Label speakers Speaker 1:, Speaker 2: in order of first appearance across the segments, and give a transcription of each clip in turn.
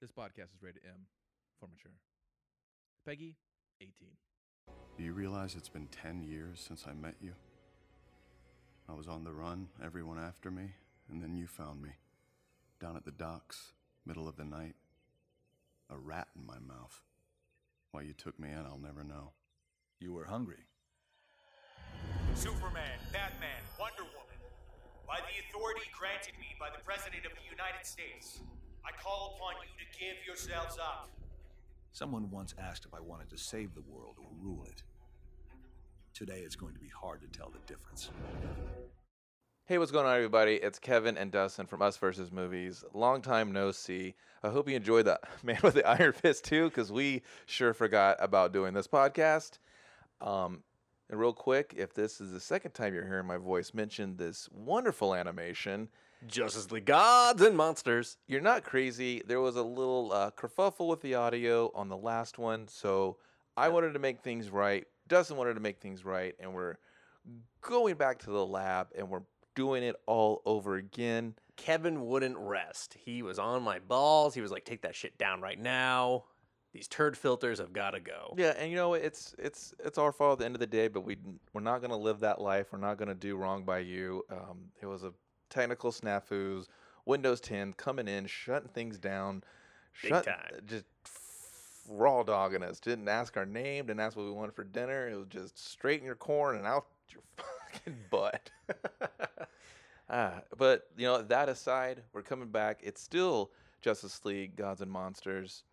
Speaker 1: This podcast is rated M for mature. Peggy, 18.
Speaker 2: Do you realize it's been 10 years since I met you? I was on the run, everyone after me, and then you found me. Down at the docks, middle of the night. A rat in my mouth. Why you took me in, I'll never know.
Speaker 3: You were hungry.
Speaker 4: Superman, Batman, Wonder Woman. By the authority granted me by the President of the United States, I call upon you to give yourselves up.
Speaker 3: Someone once asked if I wanted to save the world or rule it. Today it's going to be hard to tell the difference.
Speaker 5: Hey, what's going on, everybody? It's Kevin and Dustin from Us Versus Movies. Long time no see. I hope you enjoyed the Man with the Iron Fist too, because we sure forgot about doing this podcast. Um, and real quick, if this is the second time you're hearing my voice mention this wonderful animation,
Speaker 6: Justice League Gods and Monsters.
Speaker 5: you're not crazy. There was a little uh, kerfuffle with the audio on the last one, so I wanted to make things right. Dustin wanted to make things right, and we're going back to the lab and we're doing it all over again.
Speaker 6: Kevin wouldn't rest. He was on my balls. He was like, take that shit down right now. These turd filters have got to go.
Speaker 5: Yeah, and you know it's it's it's our fault at the end of the day, but we we're not gonna live that life. We're not gonna do wrong by you. Um, it was a technical snafus, Windows 10 coming in, shutting things down,
Speaker 6: Big time.
Speaker 5: uh, just f- raw dogging us. Didn't ask our name, didn't ask what we wanted for dinner. It was just straight in your corn and out your fucking butt. ah, but you know that aside, we're coming back. It's still Justice League, Gods and Monsters.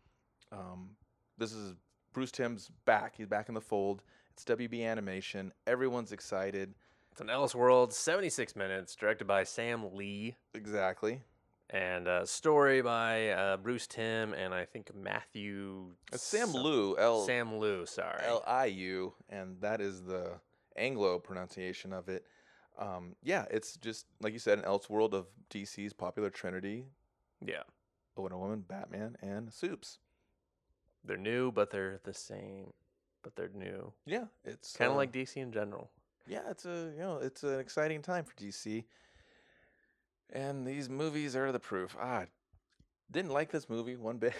Speaker 5: Um, this is Bruce Timm's back. He's back in the fold. It's WB Animation. Everyone's excited.
Speaker 6: It's an Elseworld, 76 minutes, directed by Sam Lee,
Speaker 5: Exactly.
Speaker 6: and uh, story by uh, Bruce Tim and I think Matthew.
Speaker 5: It's Sam
Speaker 6: some-
Speaker 5: Liu, L
Speaker 6: Sam Liu, sorry.
Speaker 5: L I U, and that is the Anglo pronunciation of it. Um, yeah, it's just like you said, an Elseworld of DC's popular trinity:
Speaker 6: yeah,
Speaker 5: Wonder Woman, Batman, and Supes.
Speaker 6: they're new, but they're the same. But they're new.
Speaker 5: Yeah, it's
Speaker 6: Kind of
Speaker 5: uh,
Speaker 6: like DC in general.
Speaker 5: yeah, it's a you know it's an exciting time for DC, and these movies are the proof. I didn't like this movie one bit,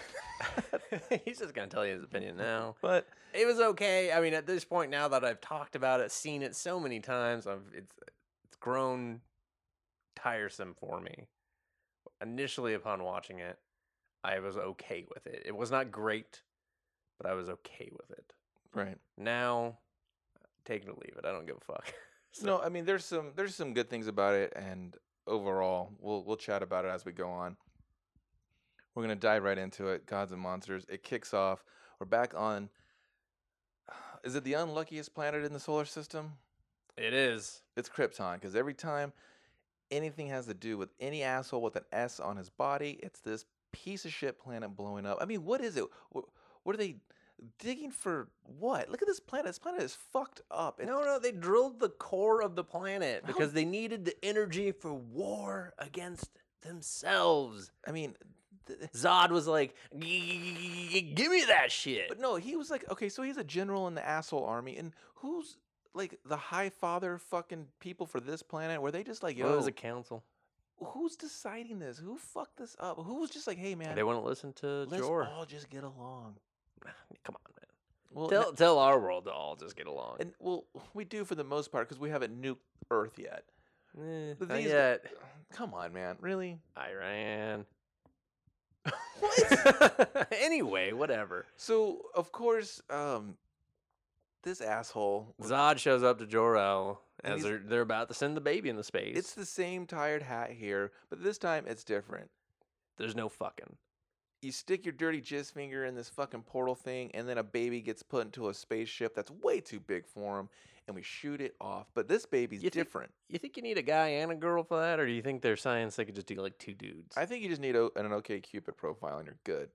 Speaker 6: He's just going to tell you his opinion now.
Speaker 5: but
Speaker 6: It was okay. I mean, at this point now that I've talked about it, seen it so many times, I've it's it's grown tiresome for me. Initially upon watching it, I was okay with it. It was not great, but I was okay with it.
Speaker 5: right.
Speaker 6: Now, take it or leave it. I don't give a fuck. So-
Speaker 5: No, I mean there's some there's some good things about it, and overall we'll we'll chat about it as we go on. We're gonna dive right into it. Gods and monsters. It kicks off. We're back on. Is it the unluckiest planet in the solar system?
Speaker 6: It is.
Speaker 5: It's Krypton, because every time anything has to do with any asshole with an S on his body, it's this piece of shit planet blowing up. I mean, what is it? What, what are they digging for? What? Look at this planet. This planet is fucked up. It-
Speaker 6: No, no, they drilled the core of the planet because they needed the energy for war against themselves.
Speaker 5: I mean, th-
Speaker 6: Zod was like, "Give me that shit."
Speaker 5: But no, he was like, okay, so he's a general in the asshole army, and who's like the high father fucking people for this planet? Were they just like, yo,
Speaker 6: Well, it was a council.
Speaker 5: who's deciding this? Who fucked this up? Who was just like, hey man,
Speaker 6: They wouldn't listen to
Speaker 5: let's
Speaker 6: Jor.
Speaker 5: all just get along.
Speaker 6: Come on, man.
Speaker 5: Well,
Speaker 6: tell
Speaker 5: n-
Speaker 6: tell our world to all just get along.
Speaker 5: and well, we do for the most part because we haven't nuked Earth yet.
Speaker 6: Eh,
Speaker 5: But
Speaker 6: not
Speaker 5: these-
Speaker 6: yet.
Speaker 5: Come on, man, really?
Speaker 6: Iran.
Speaker 5: What?
Speaker 6: anyway, whatever.
Speaker 5: so of course, um, this asshole.
Speaker 6: Zod shows up to Jor El
Speaker 5: And
Speaker 6: as
Speaker 5: he's-
Speaker 6: they're they're about to send the baby into space.
Speaker 5: It's the same tired hat here, but this time it's different.
Speaker 6: There's no fucking.
Speaker 5: you stick your dirty jizz finger in this fucking portal thing, and then a baby gets put into a spaceship that's way too big for him, and we shoot it off. But this baby's
Speaker 6: You think-
Speaker 5: different.
Speaker 6: You think you need a guy and a girl for that, or do you think their science they could just do like two dudes?
Speaker 5: I think you just need a, an OK Cupid profile, and you're good.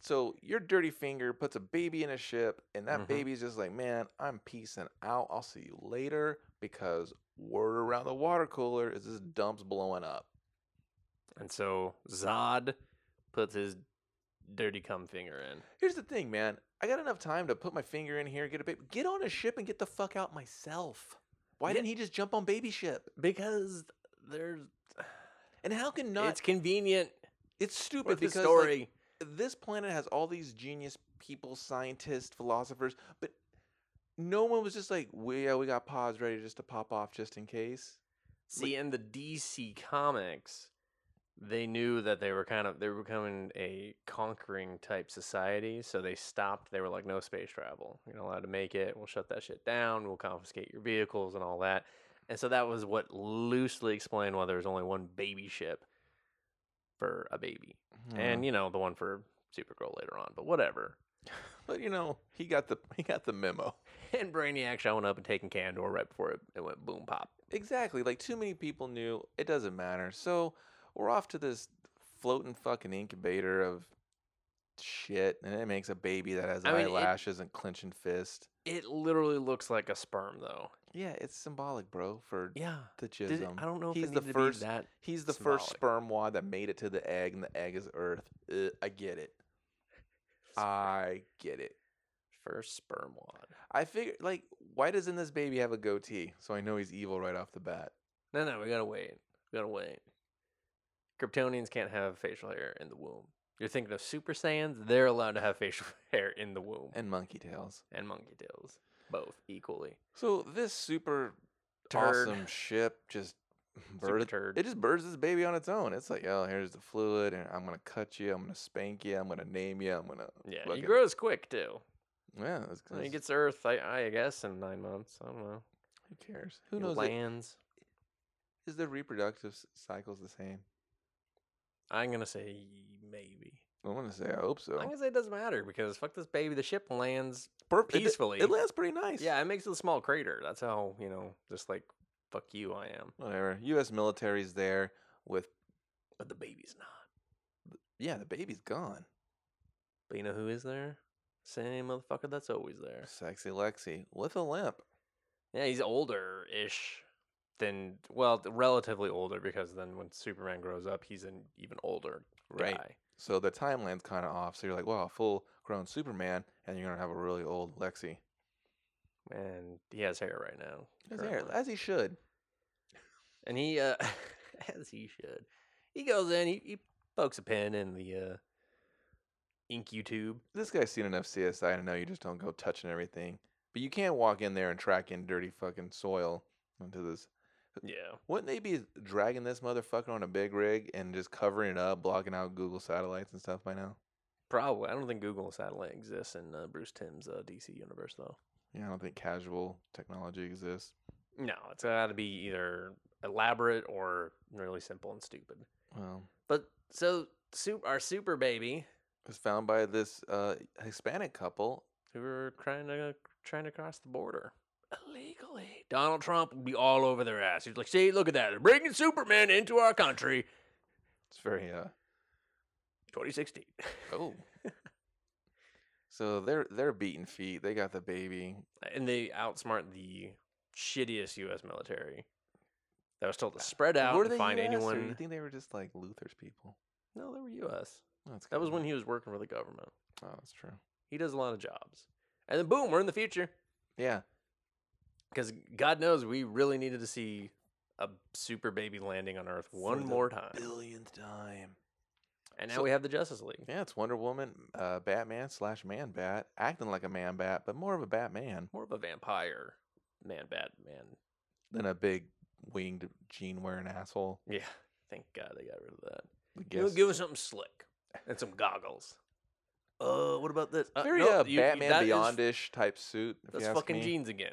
Speaker 5: So your dirty finger puts a baby in a ship, and that
Speaker 6: Mhm.
Speaker 5: baby's just like, man, I'm peacing out. I'll see you later because word around the water cooler is this dump's blowing up.
Speaker 6: and so Zod puts his dirty cum finger in.
Speaker 5: Here's the thing, man. I got enough time to put my finger in here, get a baby, get on a ship, and get the fuck out myself. Why
Speaker 6: Yeah.
Speaker 5: didn't he just jump on baby ship?
Speaker 6: Because there's
Speaker 5: And how can not?
Speaker 6: it's convenient. It's stupid. the
Speaker 5: because, like,
Speaker 6: story.
Speaker 5: this planet has all these genius people, scientists, philosophers, but no one was just like, "We yeah, we got pods ready just to pop off just in case."
Speaker 6: See, in the DC comics, they knew that they were kind of they were becoming a conquering type society, so they stopped. They were like, "No space travel. You're not allowed to make it. We'll shut that shit down. We'll confiscate your vehicles and all that." And so that was what loosely explained why there was only one baby ship for a baby, and you know the one for Supergirl later on, but whatever.
Speaker 5: but you know, he got the he got the memo.
Speaker 6: And Brainiac showing up and taking Candor right before it, it went boom pop.
Speaker 5: Exactly. Like too many people knew it doesn't matter. So we're off to this floating fucking incubator of shit, and it makes a baby that has
Speaker 6: I mean, it-
Speaker 5: eyelashes and clenching fist.
Speaker 6: It literally looks like a sperm, though.
Speaker 5: Yeah, it's symbolic, bro. For
Speaker 6: Yeah.
Speaker 5: the
Speaker 6: Did
Speaker 5: chism.
Speaker 6: it- I don't know if
Speaker 5: he's
Speaker 6: it
Speaker 5: the
Speaker 6: needed
Speaker 5: first.
Speaker 6: to be that.
Speaker 5: he's the first
Speaker 6: symbolic.
Speaker 5: sperm wad that made it to the egg, and the egg is Earth. Uh, I get it. I get it.
Speaker 6: First sperm wad.
Speaker 5: I figure like why doesn't this baby have a goatee? So I know he's evil right off the bat.
Speaker 6: No, no, we gotta wait. We gotta wait. Kryptonians can't have facial hair in the womb. You're thinking of Super Saiyans? They're allowed to have facial hair in the womb. And,
Speaker 5: And monkey tails.
Speaker 6: monkey tails. Both equally.
Speaker 5: So this super
Speaker 6: Turd.
Speaker 5: awesome ship just
Speaker 6: Super
Speaker 5: birthed,
Speaker 6: turd.
Speaker 5: it just birds this baby on its own. It's like, oh, here's the fluid, and I'm gonna cut you, I'm gonna spank you, I'm gonna name you, I'm gonna
Speaker 6: Yeah. He
Speaker 5: fucking-
Speaker 6: grows quick too.
Speaker 5: Yeah, that's,
Speaker 6: And he
Speaker 5: that's-
Speaker 6: gets Earth, I, I guess, in nine months. I don't know.
Speaker 5: who cares? Who
Speaker 6: He
Speaker 5: knows? Is
Speaker 6: lands.
Speaker 5: Is the reproductive s- cycles the same?
Speaker 6: I'm gonna say maybe.
Speaker 5: I want to say I hope so.
Speaker 6: I'm gonna say it doesn't matter because fuck this baby. The ship lands
Speaker 5: Perf- it d-
Speaker 6: peacefully.
Speaker 5: It, lands pretty nice.
Speaker 6: Yeah, it makes it a small crater. That's how, you know, just like fuck you I am.
Speaker 5: Whatever. US military's there with
Speaker 6: But the baby's not.
Speaker 5: yeah, the baby's gone.
Speaker 6: But you know who is there? Same motherfucker that's always there.
Speaker 5: Sexy Lexi with a limp.
Speaker 6: Yeah, he's older ish than well, relatively older because then when Superman grows up, he's an even older
Speaker 5: Right.
Speaker 6: guy.
Speaker 5: So the timeline's kind of off. So you're like, wow, full grown Superman, and you're gonna have a really old Lexi.
Speaker 6: And he has hair right now.
Speaker 5: As, there,
Speaker 6: currently.
Speaker 5: as he should.
Speaker 6: And he uh as he should. He goes in, he, he pokes a pin in the uh inky tube.
Speaker 5: This guy's seen enough CSI to know you just don't go touching everything. But you can't walk in there and track in dirty fucking soil into this.
Speaker 6: Yeah.
Speaker 5: Wouldn't they be dragging this motherfucker on a big rig and just covering it up, blocking out Google satellites and stuff by now?
Speaker 6: Probably. I don't think Google satellite exists in uh, Bruce Timm's uh, DC universe, though.
Speaker 5: Yeah, I don't think casual technology exists.
Speaker 6: No, it's got to be either elaborate or really simple and stupid.
Speaker 5: Well,
Speaker 6: But so sup- our super baby,
Speaker 5: it was found by this uh, Hispanic couple.
Speaker 6: who were trying to trying to cross the border illegally, Donald Trump would be all over their ass. He's like, "See, look at that! They're bringing Superman into our country,
Speaker 5: It's very uh,
Speaker 6: 2016."
Speaker 5: Oh. so they're they're beating feet. They got the baby.
Speaker 6: and they outsmart the shittiest U.S. military that was told to spread out and find
Speaker 5: US, or
Speaker 6: anyone.
Speaker 5: You think they were just like Luther's people?
Speaker 6: no, they were U.S.
Speaker 5: That's
Speaker 6: That was
Speaker 5: good.
Speaker 6: when he was working for the government.
Speaker 5: Oh, that's true.
Speaker 6: He does a lot of jobs. And then boom, we're in the future.
Speaker 5: Yeah,
Speaker 6: Because God knows we really needed to see a super baby landing on Earth one
Speaker 5: the
Speaker 6: more time.
Speaker 5: billionth time.
Speaker 6: And now
Speaker 5: so-
Speaker 6: we have the Justice League.
Speaker 5: Yeah, it's Wonder Woman, uh, Batman slash Man Bat, acting like a Man Bat, but more of a Batman
Speaker 6: More of a vampire man, Batman.
Speaker 5: than a big winged jean wearing asshole.
Speaker 6: Yeah. Thank God they got rid of that.
Speaker 5: I
Speaker 6: You know,
Speaker 5: guess.
Speaker 6: give us something slick and some goggles. Uh, what about this? Uh,
Speaker 5: Very
Speaker 6: no,
Speaker 5: uh,
Speaker 6: you- you- that
Speaker 5: Batman
Speaker 6: is-
Speaker 5: Beyond ish type suit. If
Speaker 6: That's
Speaker 5: you ask
Speaker 6: fucking
Speaker 5: me.
Speaker 6: jeans again.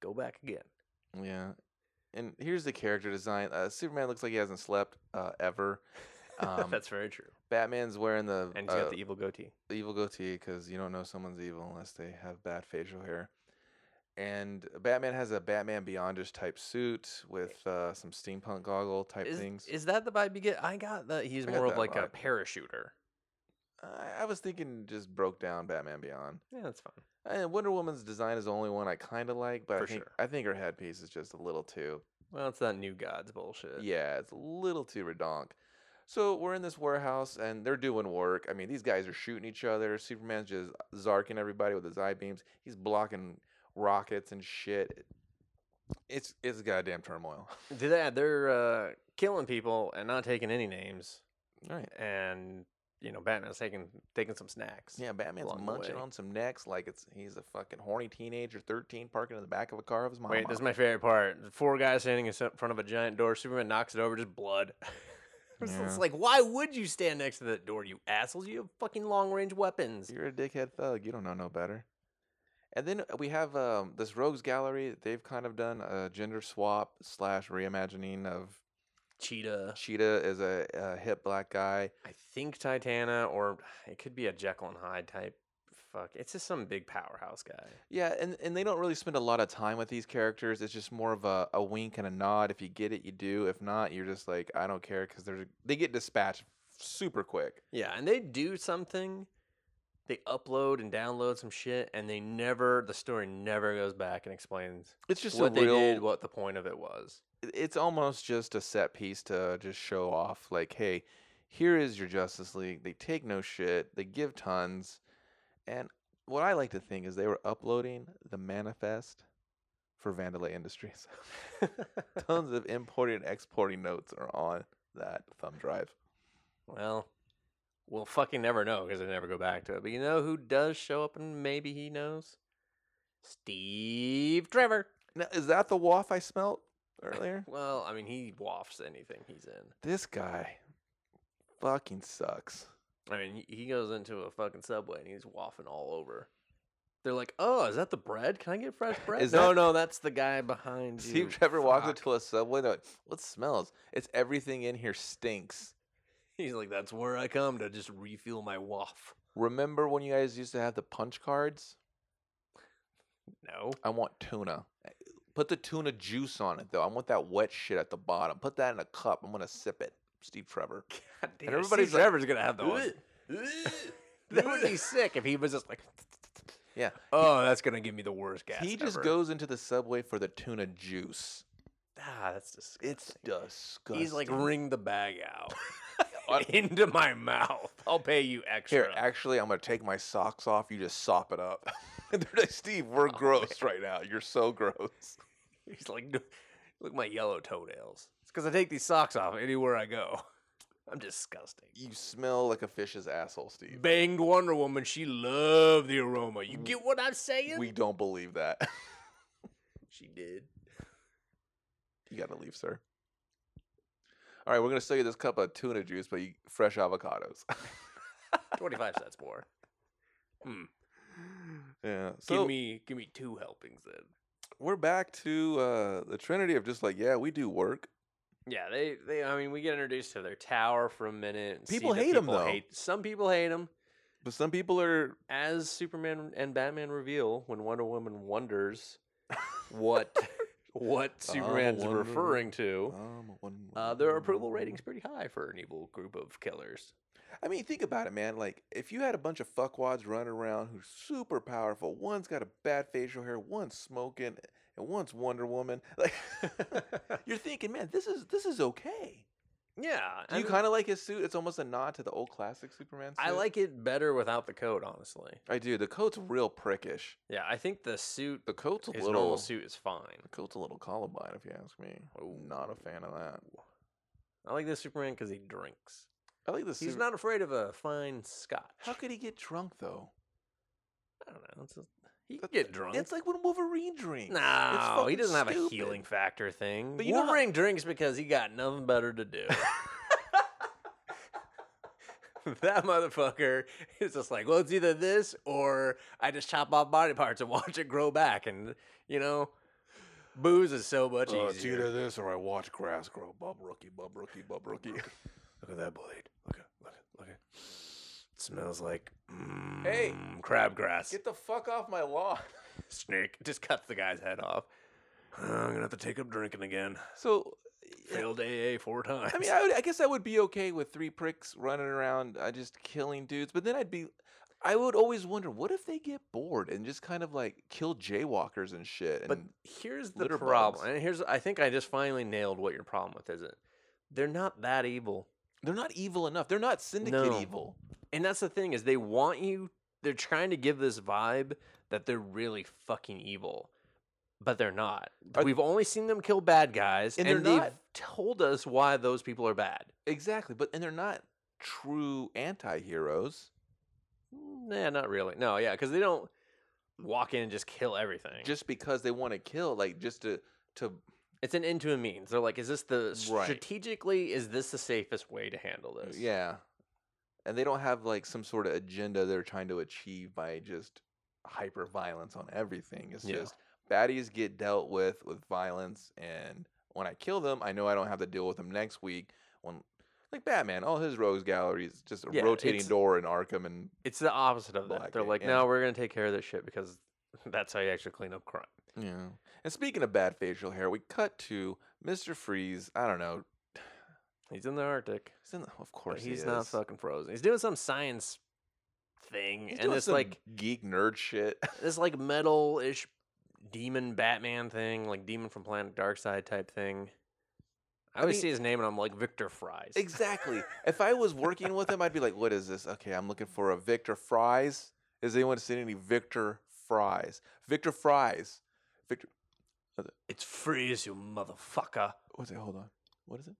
Speaker 6: Go back again.
Speaker 5: Yeah. And here's the character design. Uh, Superman looks like he hasn't slept uh, ever. Um,
Speaker 6: That's very true.
Speaker 5: Batman's wearing the,
Speaker 6: And he's got
Speaker 5: uh,
Speaker 6: the evil goatee.
Speaker 5: the evil goatee because you don't know someone's evil unless they have bad facial hair. And Batman has a Batman Beyondish type suit with uh, some steampunk goggle type
Speaker 6: Is,
Speaker 5: things.
Speaker 6: is that the vibe you get? I got that he's
Speaker 5: I got
Speaker 6: more of
Speaker 5: that
Speaker 6: like a
Speaker 5: vibe.
Speaker 6: parachuter.
Speaker 5: I, I was thinking just broke down Batman Beyond.
Speaker 6: Yeah, that's fine.
Speaker 5: And Wonder Woman's design is the only one I kind of like, but I
Speaker 6: For
Speaker 5: think
Speaker 6: sure.
Speaker 5: I think her headpiece is just a little too
Speaker 6: Well, it's that new gods bullshit.
Speaker 5: Yeah, it's a little too redonk. So we're in this warehouse and they're doing work. I mean, these guys are shooting each other. Superman's just zarking everybody with his eye beams. He's blocking rockets and shit. It's it's goddamn turmoil.
Speaker 6: Do that. They're uh, killing people and not taking any names.
Speaker 5: Right.
Speaker 6: and you know Batman's taking taking some snacks.
Speaker 5: Yeah, Batman's
Speaker 6: along the
Speaker 5: munching
Speaker 6: way.
Speaker 5: on some necks like it's he's a fucking horny teenager, thirteen, parking in the back of a car of his mom.
Speaker 6: Wait, this is my favorite part. The Four guys standing in so- front of a giant door. Superman knocks it over, just blood. it's, it's
Speaker 5: Yeah.
Speaker 6: like, why would you stand next to that door, you assholes? You have fucking long range weapons.
Speaker 5: You're a dickhead thug. You don't know no better. And then we have um, this Rogues Gallery. They've kind of done a gender swap slash reimagining of
Speaker 6: Cheetah.
Speaker 5: Cheetah as a, a hip black guy.
Speaker 6: I think Titana, or it could be a Jekyll and Hyde type. Fuck, it's just some big powerhouse guy.
Speaker 5: Yeah, and, and they don't really spend a lot of time with these characters. It's just more of a, a wink and a nod. If you get it, you do. If not, you're just like, I don't care because they're they get dispatched super quick.
Speaker 6: Yeah, and they do something. They upload and download some shit, and they never. The story never goes back and explains
Speaker 5: It's just
Speaker 6: what
Speaker 5: a
Speaker 6: they
Speaker 5: real.
Speaker 6: did, what the point of it was.
Speaker 5: it- it's almost just a set piece to just show off like hey here is your justice league they take no shit they give tons and what i like to think is they were uploading the manifest for vandalay industries tons of importing and exporting notes are on that thumb drive
Speaker 6: Well, we'll fucking never know because they never go back to it. But you know who does show up and maybe he knows? Steve Trevor.
Speaker 5: now is that the waff i smelt earlier
Speaker 6: Well, I mean, he wafts anything he's in.
Speaker 5: this guy fucking sucks
Speaker 6: I mean, he he goes into a fucking subway and he's waffing all over. They're like, "Oh, is that the bread? Can I get fresh bread?"
Speaker 5: Is
Speaker 6: no,
Speaker 5: that-
Speaker 6: no, that's the guy behind you.
Speaker 5: steve trevor walks
Speaker 6: Fuck.
Speaker 5: into a subway they're like what smells it's everything in here stinks
Speaker 6: He's like, "That's where I come to just refuel my waff."
Speaker 5: Remember when you guys used to have the punch cards?
Speaker 6: No,
Speaker 5: I want tuna. Uh, Put the tuna juice on it though. I want that wet shit at the bottom. Put that in a cup. I'm gonna sip it. Steve Trevor.
Speaker 6: God damn,
Speaker 5: everybody's
Speaker 6: Steve
Speaker 5: like,
Speaker 6: Trevor's gonna have those. that would be sick if he was just like,
Speaker 5: Yeah.
Speaker 6: "Oh, that's gonna give me the worst gas."
Speaker 5: he just
Speaker 6: ever."
Speaker 5: goes into the subway for the tuna juice.
Speaker 6: Ah, that's disgusting.
Speaker 5: It's disgusting.
Speaker 6: He's like, wring the bag out
Speaker 5: On-
Speaker 6: into my mouth. I'll pay you extra.
Speaker 5: here. Actually, I'm gonna take my socks off. You just sop it up. And They're like, Steve, we're gross right now. You're so gross.
Speaker 6: He's like, "Dude, look at my yellow toenails. It's because I take these socks off anywhere I go. I'm disgusting.
Speaker 5: You smell like a fish's asshole, Steve.
Speaker 6: Banged Wonder Woman, she loved the aroma. You get what I'm saying?
Speaker 5: We don't believe that.
Speaker 6: she did.
Speaker 5: You gotta leave, sir. All right, we're gonna sell you this cup of tuna juice, but you, fresh avocados.
Speaker 6: 25 cents more. Hmm.
Speaker 5: yeah. So
Speaker 6: give me give me two helpings then.
Speaker 5: we're back to uh, the Trinity of just like, yeah, we do work.
Speaker 6: Yeah, they, they I mean we get introduced to their tower for a minute. and see
Speaker 5: People
Speaker 6: that
Speaker 5: hate 'em,
Speaker 6: people
Speaker 5: though.
Speaker 6: hate- some people hate them.
Speaker 5: But some people are
Speaker 6: as Superman and Batman reveal when Wonder Woman wonders what what Superman's
Speaker 5: Wonder Woman.
Speaker 6: referring to,
Speaker 5: um, one-
Speaker 6: uh, their approval rating's pretty high for an evil group of killers.
Speaker 5: I mean, think about it, man. Like, if you had a bunch of fuckwads running around who's super powerful, one's got a bad facial hair, one's smoking, and one's Wonder Woman. Like, you're thinking, man, this is this is okay.
Speaker 6: Yeah,
Speaker 5: Do you kind of like his suit? It's almost a nod to the old classic Superman. Suit.
Speaker 6: I like it better without the coat, honestly.
Speaker 5: I do. The coat's real prickish.
Speaker 6: Yeah, I think the suit,
Speaker 5: The coat's a
Speaker 6: his
Speaker 5: little
Speaker 6: normal suit, Oh. is fine.
Speaker 5: The coat's a little Columbine, if you ask me. Not a fan of that.
Speaker 6: I like this Superman because he drinks.
Speaker 5: I like the
Speaker 6: He's
Speaker 5: suit-
Speaker 6: not afraid of a fine scotch.
Speaker 5: How could he get drunk though?
Speaker 6: I don't know. It's just, he can
Speaker 5: That-
Speaker 6: get drunk.
Speaker 5: It's like when Wolverine drinks. It's
Speaker 6: No, he
Speaker 5: fucking
Speaker 6: doesn't have a
Speaker 5: stupid.
Speaker 6: healing factor thing.
Speaker 5: But
Speaker 6: But
Speaker 5: you
Speaker 6: you
Speaker 5: know how-
Speaker 6: Wolverine drinks because he got nothing better to do. that motherfucker is just like, well, it's either this or I just chop off body parts and watch it grow back. And you know, booze is so much
Speaker 5: Uh, it's
Speaker 6: easier.
Speaker 5: either this or I watch grass grow. Bub rookie, bub rookie, bub rookie.
Speaker 6: Look at that blade. Look at, look at, look at. It smells like mm,
Speaker 5: Hey.
Speaker 6: crabgrass.
Speaker 5: get the fuck off my lawn.
Speaker 6: Snake just cuts the guy's head off. I'm gonna have to take up drinking again.
Speaker 5: So,
Speaker 6: Failed AA four times.
Speaker 5: I mean, I, would, I guess I would be okay with three pricks running around, uh, just killing dudes. But then I'd be, I would always wonder, what if they get bored and just kind of like kill jaywalkers and shit? And
Speaker 6: But here's the
Speaker 5: litter
Speaker 6: problem,
Speaker 5: bugs.
Speaker 6: and here's I think I just finally nailed what your problem with is. It they're not that evil,
Speaker 5: they're not evil enough. They're not syndicate
Speaker 6: No.
Speaker 5: evil.
Speaker 6: and that's the thing is they want you. They're trying to give this vibe that they're really fucking evil, but they're not.
Speaker 5: Are-
Speaker 6: We've only seen them kill bad guys,
Speaker 5: And
Speaker 6: and,
Speaker 5: they're
Speaker 6: they've
Speaker 5: not-
Speaker 6: told us why those people are bad.
Speaker 5: Exactly, but and they're not true anti-heroes.
Speaker 6: Mm, Nah, not really. No, yeah, because they don't walk in and just kill everything.
Speaker 5: just because they want to kill like just to to
Speaker 6: it's an end to a means. They're like, is this the
Speaker 5: Right.
Speaker 6: strategically? Is this the safest way to handle this?
Speaker 5: uh, yeah and they don't have like some sort of agenda they're trying to achieve by just hyper violence on everything it's
Speaker 6: Yeah.
Speaker 5: just baddies get dealt with with violence and when i kill them i know i don't have to deal with them next week when like batman all his rogues gallery is just a
Speaker 6: Yeah,
Speaker 5: rotating
Speaker 6: it's-
Speaker 5: door in arkham and
Speaker 6: It's the opposite of that.
Speaker 5: Black
Speaker 6: They're
Speaker 5: Knight,
Speaker 6: like,
Speaker 5: yeah.
Speaker 6: no, we're gonna take care of this shit because that's how you actually clean up crime.
Speaker 5: yeah and speaking of bad facial hair we cut to mr freeze i don't know
Speaker 6: He's in the Arctic.
Speaker 5: he's in the, of
Speaker 6: But
Speaker 5: course he
Speaker 6: he's not
Speaker 5: is.
Speaker 6: fucking frozen. He's doing some science thing,
Speaker 5: He's
Speaker 6: and
Speaker 5: doing
Speaker 6: this
Speaker 5: some
Speaker 6: like
Speaker 5: geek nerd shit
Speaker 6: this like metal ish demon Batman thing, like demon from Planet Darkside type thing. I, always
Speaker 5: mean-
Speaker 6: see his name and I'm like Victor Fries.
Speaker 5: Exactly. if I was working with him, I'd be like, "What is this? Okay, I'm looking for a Victor Fries. Is anyone seen any Victor Fries? Victor Fries. Victor.
Speaker 6: It's Freeze, you motherfucker.
Speaker 5: What's it? Hold on. What is it?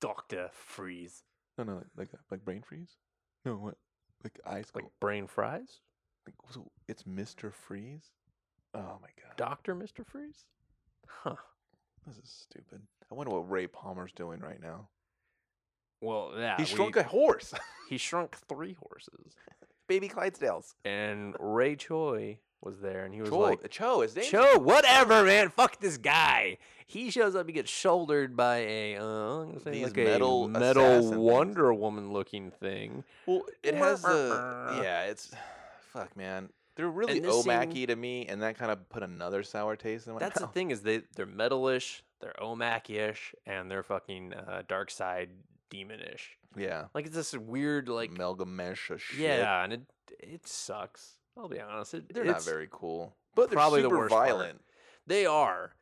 Speaker 6: Doctor Freeze.
Speaker 5: No, no, like like, that, like brain freeze. No, what? Like ice.
Speaker 6: Like
Speaker 5: Like,
Speaker 6: Brain Fries?
Speaker 5: like so it's Mister Freeze. Oh my god,
Speaker 6: Doctor Mr. Freeze? Huh.
Speaker 5: this is stupid. I wonder what Ray Palmer's doing right now.
Speaker 6: Well, yeah.
Speaker 5: he
Speaker 6: we-
Speaker 5: shrunk a horse.
Speaker 6: he shrunk three horses.
Speaker 5: Baby Clydesdales.
Speaker 6: And Ray Choi was there and he was
Speaker 5: Cho, uh,
Speaker 6: like
Speaker 5: Cho is named.
Speaker 6: Show whatever, man. Fuck this guy. He shows up. He gets shouldered by a uh, I'm gonna say
Speaker 5: These
Speaker 6: like
Speaker 5: metal
Speaker 6: a
Speaker 5: assassin
Speaker 6: metal
Speaker 5: things.
Speaker 6: Wonder Woman looking thing.
Speaker 5: Well, it has the
Speaker 6: Wah-wah-wah.
Speaker 5: yeah. It's fuck, man. They're really
Speaker 6: And this scene-
Speaker 5: omacky to me, and that kind of put another sour taste in my
Speaker 6: That's the
Speaker 5: mouth.
Speaker 6: thing is they they're metalish, they're Omac-ish, and they're fucking uh, dark side demonish.
Speaker 5: Yeah,
Speaker 6: Like it's this weird like
Speaker 5: like Melgamesh of shit.
Speaker 6: yeah, and it it sucks. I'll be honest, it,
Speaker 5: they're not
Speaker 6: it's-
Speaker 5: very cool, but they're
Speaker 6: probably the
Speaker 5: super
Speaker 6: worst part.
Speaker 5: violent.
Speaker 6: They are.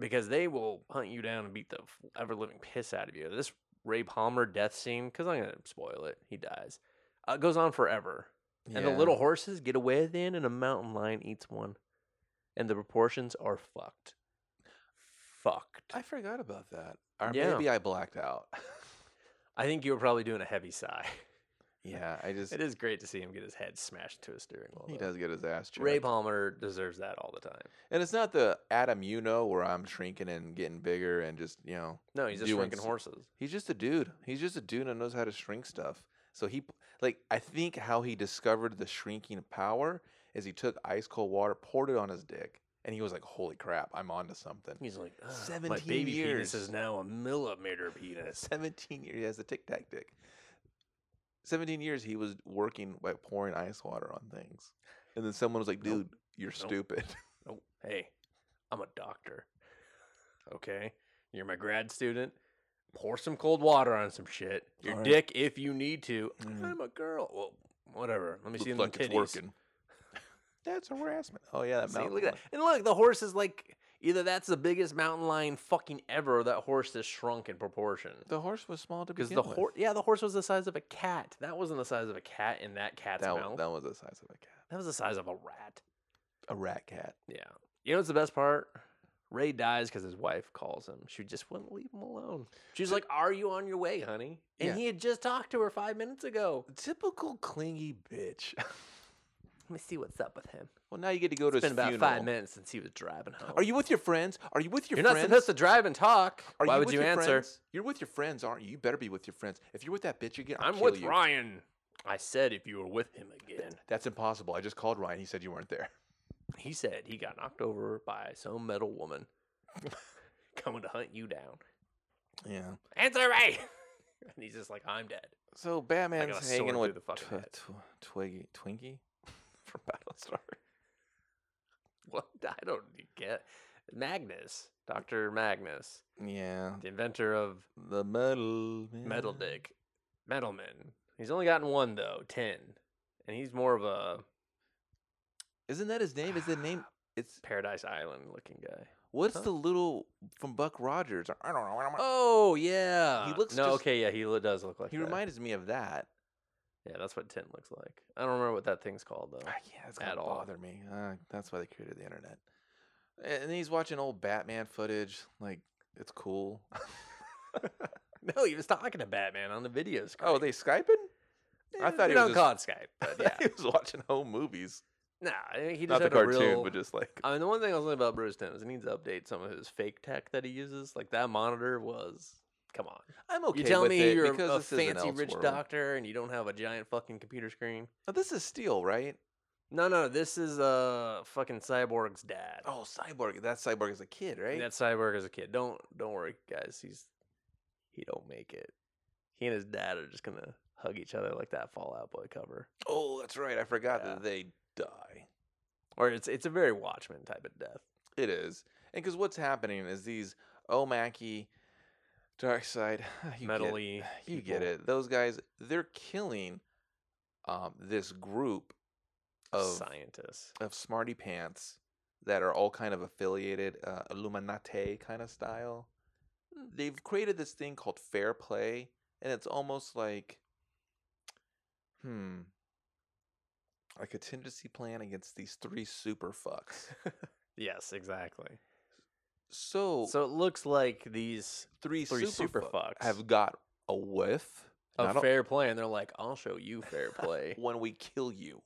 Speaker 6: Because they will hunt you down and beat the f- ever living piss out of you. This Ray Palmer death scene, because I'm going to spoil it, he dies, uh, goes on forever. And the
Speaker 5: Yeah.
Speaker 6: little horses get away at the end, and a mountain lion eats one. And the proportions are fucked. Fucked.
Speaker 5: I forgot about that, or
Speaker 6: Yeah.
Speaker 5: maybe I blacked out.
Speaker 6: I think you were probably doing a heavy sigh.
Speaker 5: yeah, I just
Speaker 6: it is great to see him get his head smashed into a steering wheel.
Speaker 5: he
Speaker 6: though.
Speaker 5: does get his ass chewed.
Speaker 6: Ray Palmer deserves that all the time.
Speaker 5: and it's not the Adam you know where I'm shrinking and getting bigger and just you know
Speaker 6: No, he's just
Speaker 5: Doing
Speaker 6: shrinking
Speaker 5: s-
Speaker 6: horses.
Speaker 5: He's just a dude. He's just a dude that knows how to shrink stuff. So he p- like I think how he discovered the shrinking power is he took ice cold water, poured it on his dick, and he was like, "Holy crap, I'm onto something."
Speaker 6: He's like, "Ugh, my
Speaker 5: 17
Speaker 6: baby
Speaker 5: years."
Speaker 6: penis is now a millimeter penis.
Speaker 5: Seventeen years he has a tic tac dick. Seventeen years he was working by pouring ice water on things, and then someone was like,
Speaker 6: Nope.
Speaker 5: "Dude, you're
Speaker 6: Nope.
Speaker 5: stupid."
Speaker 6: Oh, hey, I'm a doctor. Okay, you're my grad student. Pour some cold water on some shit. Your
Speaker 5: Alright.
Speaker 6: dick, if you need to.
Speaker 5: Mm.
Speaker 6: I'm a girl. Well, whatever. Let me see
Speaker 5: Looks
Speaker 6: them
Speaker 5: like
Speaker 6: titties.
Speaker 5: it's working. That's harassment. Oh yeah, that
Speaker 6: See,
Speaker 5: mountain
Speaker 6: look at that.
Speaker 5: lion.
Speaker 6: And look, the horse is like either that's the biggest mountain lion fucking ever, or that horse is shrunk in proportion.
Speaker 5: The horse was small to
Speaker 6: Because
Speaker 5: begin
Speaker 6: the
Speaker 5: with.
Speaker 6: horse, yeah, the horse was the size of a cat. That wasn't the size of a cat in that cat's
Speaker 5: that, w-
Speaker 6: mouth.
Speaker 5: that was the size of a cat,
Speaker 6: that was the size of a rat.
Speaker 5: a rat cat.
Speaker 6: Yeah. You know what's the best part? Ray dies because his wife calls him. She just wouldn't leave him alone. She was like, Are you on your way, honey? And
Speaker 5: Yeah.
Speaker 6: he had just talked to her five minutes ago.
Speaker 5: Typical clingy bitch.
Speaker 6: Let me see what's up with him.
Speaker 5: well, now you get to go to
Speaker 6: It's
Speaker 5: his
Speaker 6: been about
Speaker 5: funeral.
Speaker 6: five minutes since he was driving home.
Speaker 5: Are you with your friends? Are you with your
Speaker 6: You're not
Speaker 5: friends?
Speaker 6: supposed to drive and talk.
Speaker 5: Are
Speaker 6: Why
Speaker 5: you
Speaker 6: would
Speaker 5: with
Speaker 6: you
Speaker 5: your
Speaker 6: answer?
Speaker 5: friends? You're with your friends, aren't you? You better be with your friends. If you're with that bitch again, I'll
Speaker 6: I'm
Speaker 5: kill
Speaker 6: with
Speaker 5: you.
Speaker 6: Ryan. I said if you were with him again.
Speaker 5: That's impossible. I just called Ryan. He said you weren't there.
Speaker 6: He said he got knocked over by some metal woman coming to hunt you down.
Speaker 5: Yeah.
Speaker 6: Answer Ray! and he's just like, I'm dead.
Speaker 5: So Batman's
Speaker 6: sword
Speaker 5: hanging
Speaker 6: through
Speaker 5: with
Speaker 6: the fucking
Speaker 5: Twi-
Speaker 6: head.
Speaker 5: Tw- Twiggy Twinkie from Battlestar.
Speaker 6: What? I don't get Magnus, Dr. Magnus,
Speaker 5: Yeah.
Speaker 6: the inventor of
Speaker 5: The metal man.
Speaker 6: Metal Dick, Metalman. He's only gotten one though, 10. And he's more of a
Speaker 5: Isn't that his name? Is the name? It's
Speaker 6: Paradise Island looking guy.
Speaker 5: what's
Speaker 6: Huh?
Speaker 5: the little from Buck Rogers? I don't know. I don't know.
Speaker 6: Oh, yeah.
Speaker 5: looks
Speaker 6: No,
Speaker 5: just-
Speaker 6: okay, yeah, he lo- does look like
Speaker 5: he
Speaker 6: that.
Speaker 5: reminds me of that.
Speaker 6: Yeah, that's what 10 looks like. I don't remember what that thing's called though.
Speaker 5: Ah, yeah, it's gonna
Speaker 6: at all.
Speaker 5: bother me. Uh, that's why they created the internet. A- And he's watching old Batman footage. Like it's cool.
Speaker 6: No, he was talking to Batman on the video screen. Eh,
Speaker 5: Oh, they Skyping? I thought
Speaker 6: we
Speaker 5: he was
Speaker 6: don't
Speaker 5: just-
Speaker 6: call it Skype, but Uh, yeah.
Speaker 5: he was watching home movies,
Speaker 6: no, I think he just
Speaker 5: not the
Speaker 6: had a
Speaker 5: cartoon,
Speaker 6: real.
Speaker 5: but just like
Speaker 6: I mean, the one thing I was learning about Bruce Tim is he needs to update some of his fake tech that he uses. Like that monitor was, come on.
Speaker 5: I'm okay.
Speaker 6: you tell
Speaker 5: with
Speaker 6: me
Speaker 5: it
Speaker 6: you're a-
Speaker 5: because
Speaker 6: a
Speaker 5: this isn't
Speaker 6: fancy rich
Speaker 5: Elseworld.
Speaker 6: doctor and you don't have a giant fucking computer screen.
Speaker 5: Oh, this is Steel, right?
Speaker 6: No, no, this is uh fucking Cyborg's dad.
Speaker 5: Oh, Cyborg. That Cyborg is a kid, right?
Speaker 6: That Cyborg is a kid. Don't don't worry, guys. He's he don't make it. He and his dad are just gonna hug each other like that Fallout Boy cover.
Speaker 5: oh, that's right. I forgot
Speaker 6: Yeah.
Speaker 5: that they die.
Speaker 6: Or it's it's a very Watchmen type of death.
Speaker 5: It is, and because what's happening is these Omaki, Dark Side, you get-
Speaker 6: Metal-y
Speaker 5: you get
Speaker 6: people.
Speaker 5: it. Those guys, they're killing um, this group of
Speaker 6: scientists.
Speaker 5: of smarty pants that are all kind of affiliated uh, Illuminati kind of style.
Speaker 6: Hmm.
Speaker 5: They've created this thing called fair play, and it's almost like, hmm, a contingency plan against these three super fucks.
Speaker 6: Yes, exactly.
Speaker 5: So,
Speaker 6: So it looks like these
Speaker 5: three,
Speaker 6: three super
Speaker 5: fu-
Speaker 6: fucks.
Speaker 5: have got a whiff and I
Speaker 6: of
Speaker 5: don't-
Speaker 6: fair play, and they're like, "I'll show you fair play."
Speaker 5: when we kill you.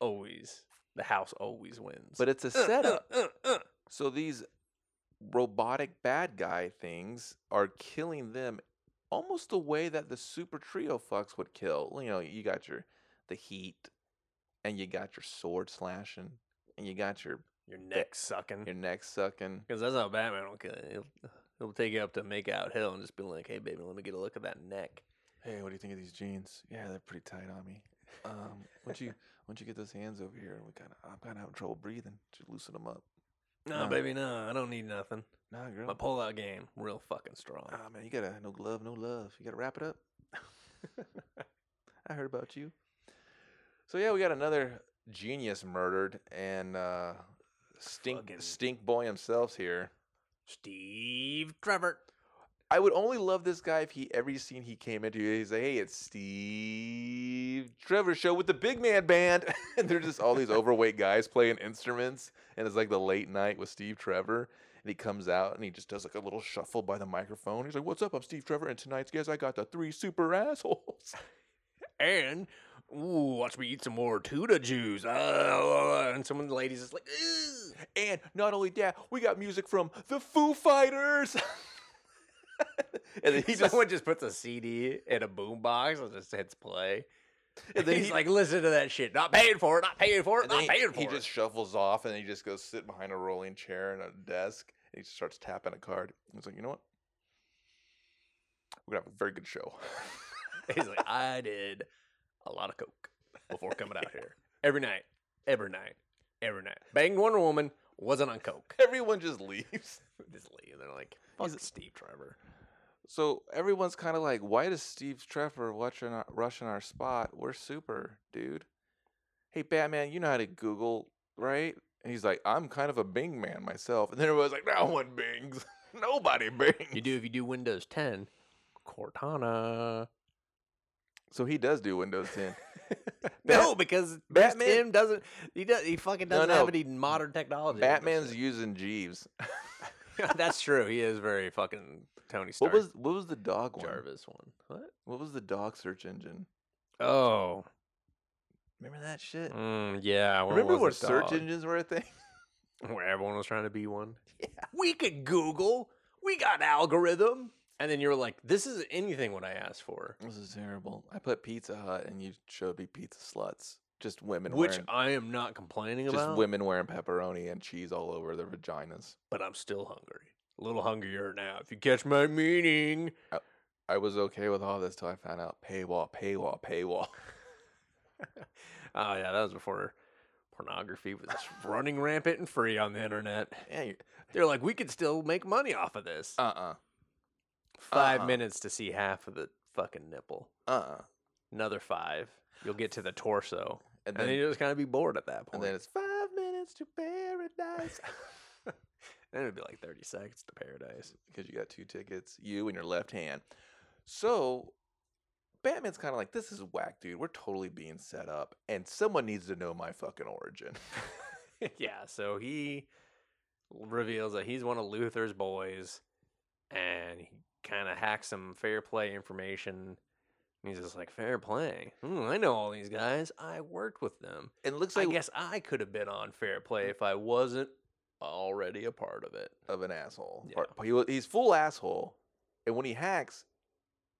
Speaker 6: always, the house always wins.
Speaker 5: But it's a
Speaker 6: Uh, uh,
Speaker 5: setup.
Speaker 6: uh, uh.
Speaker 5: So these robotic bad guy things are killing them almost the way that the super trio fucks would kill. You know, you got your the heat and you got your sword slashing and you got your
Speaker 6: Your neck sucking.
Speaker 5: your neck sucking.
Speaker 6: Because that's how Batman will kill you. He'll, he'll take you up to make out hill and just be like, hey, baby, let me get a look at that neck.
Speaker 5: Hey, what do you think of these jeans? Yeah, they're pretty tight on me. Um, once you once you get those hands over here, we kind of I'm kind of having trouble breathing. Just loosen them up.
Speaker 6: No,
Speaker 5: Nah.
Speaker 6: baby, no, I don't need nothing.
Speaker 5: Nah, girl.
Speaker 6: My pullout game, real fucking strong.
Speaker 5: Ah, man, you gotta no glove, no love. You gotta wrap it up. I heard about you. So yeah, we got another genius murdered and uh, stink
Speaker 6: Fucking-
Speaker 5: stink boy himself here.
Speaker 6: Steve Trevor.
Speaker 5: I would only love this guy if he every scene he came into, he's like, "Hey, it's Steve Trevor show with the Big Man Band," and they're just all these overweight guys playing instruments, and it's like the late night with Steve Trevor, and he comes out and he just does like a little shuffle by the microphone. He's like, "What's up? I'm Steve Trevor, and tonight's guest, I got the three super assholes."
Speaker 6: And, ooh, watch me eat some more Tudor juice. Ah, and some of the ladies is like, ooh.
Speaker 5: And not only that, we got music from the Foo Fighters. and then he just,
Speaker 6: Someone just puts a CD in a boombox and just hits play.
Speaker 5: and then
Speaker 6: he's
Speaker 5: he-
Speaker 6: like, listen to that shit. Not paying for it. Not paying for it.
Speaker 5: And then
Speaker 6: Not
Speaker 5: he,
Speaker 6: paying for
Speaker 5: he
Speaker 6: it.
Speaker 5: just shuffles off and he just goes sit behind a rolling chair and a desk and he just starts tapping a card. He's like, you know what? We're gonna have a very good show.
Speaker 6: He's like, I did a lot of coke before coming out here. Every night, every night, every night. Banged Wonder Woman, wasn't on coke.
Speaker 5: Everyone just leaves.
Speaker 6: Just leave. They're like, fuck Steve Trevor.
Speaker 5: So everyone's kind of like, why does Steve Trevor watching our, rushing our spot? We're super, dude. Hey, Batman, you know how to Google, right? And he's like, I'm kind of a Bing man myself. And then everyone's like, no one Bings. Nobody Bings.
Speaker 6: You do if you do Windows 10, Cortana.
Speaker 5: So he does do Windows 10.
Speaker 6: no, because
Speaker 5: Batman-
Speaker 6: Batman Tim doesn't. He does. He fucking
Speaker 5: No,
Speaker 6: doesn't
Speaker 5: no.
Speaker 6: have any modern technology. in this
Speaker 5: Batman's
Speaker 6: shit.
Speaker 5: using Jeeves.
Speaker 6: That's true. He is very fucking Tony Stark.
Speaker 5: What was what was the dog one?
Speaker 6: Jarvis one? What?
Speaker 5: What was the dog search engine?
Speaker 6: Oh,
Speaker 5: Remember that shit?
Speaker 6: mm, yeah. when
Speaker 5: Remember
Speaker 6: was
Speaker 5: when
Speaker 6: it
Speaker 5: search
Speaker 6: dog?
Speaker 5: engines were a thing?
Speaker 6: where everyone was trying to be one. Yeah. We could Google. We got algorithm. And then you were like, this isn't anything what I asked for.
Speaker 5: This is terrible. I put Pizza Hut and you showed me pizza sluts. Just women
Speaker 6: Which
Speaker 5: wearing
Speaker 6: I am not complaining
Speaker 5: just
Speaker 6: about,
Speaker 5: women wearing pepperoni and cheese all over their vaginas.
Speaker 6: but I'm still hungry. A little hungrier now, if you catch my meaning.
Speaker 5: I was okay with all this till I found out paywall, paywall, paywall.
Speaker 6: Oh, yeah, that was before pornography was running rampant and free on the internet.
Speaker 5: Yeah, you-
Speaker 6: They're like, we could still make money off of this.
Speaker 5: uh-uh,
Speaker 6: 5
Speaker 5: uh-uh.
Speaker 6: minutes to see half of the fucking nipple.
Speaker 5: uh-uh.
Speaker 6: Another five. You'll get to the torso.
Speaker 5: And
Speaker 6: And,
Speaker 5: then,
Speaker 6: then you just kind of be bored at that point.
Speaker 5: and then it's five minutes to paradise.
Speaker 6: Then it'd be like 30 seconds to paradise.
Speaker 5: because you got two tickets, you and your left hand. So Batman's kind of like, this is whack, dude. We're totally being set up, and someone needs to know my fucking origin.
Speaker 6: yeah, so he reveals that he's one of Luther's boys and he kind of hacks some fair play information. And he's just like, fair play. Hmm, I know all these guys. I worked with them.
Speaker 5: It looks
Speaker 6: So I
Speaker 5: like
Speaker 6: guess I could have been on fair play if I wasn't already a part of it.
Speaker 5: of an asshole.
Speaker 6: Yeah.
Speaker 5: Or- but he wa- he's full asshole, and when he hacks,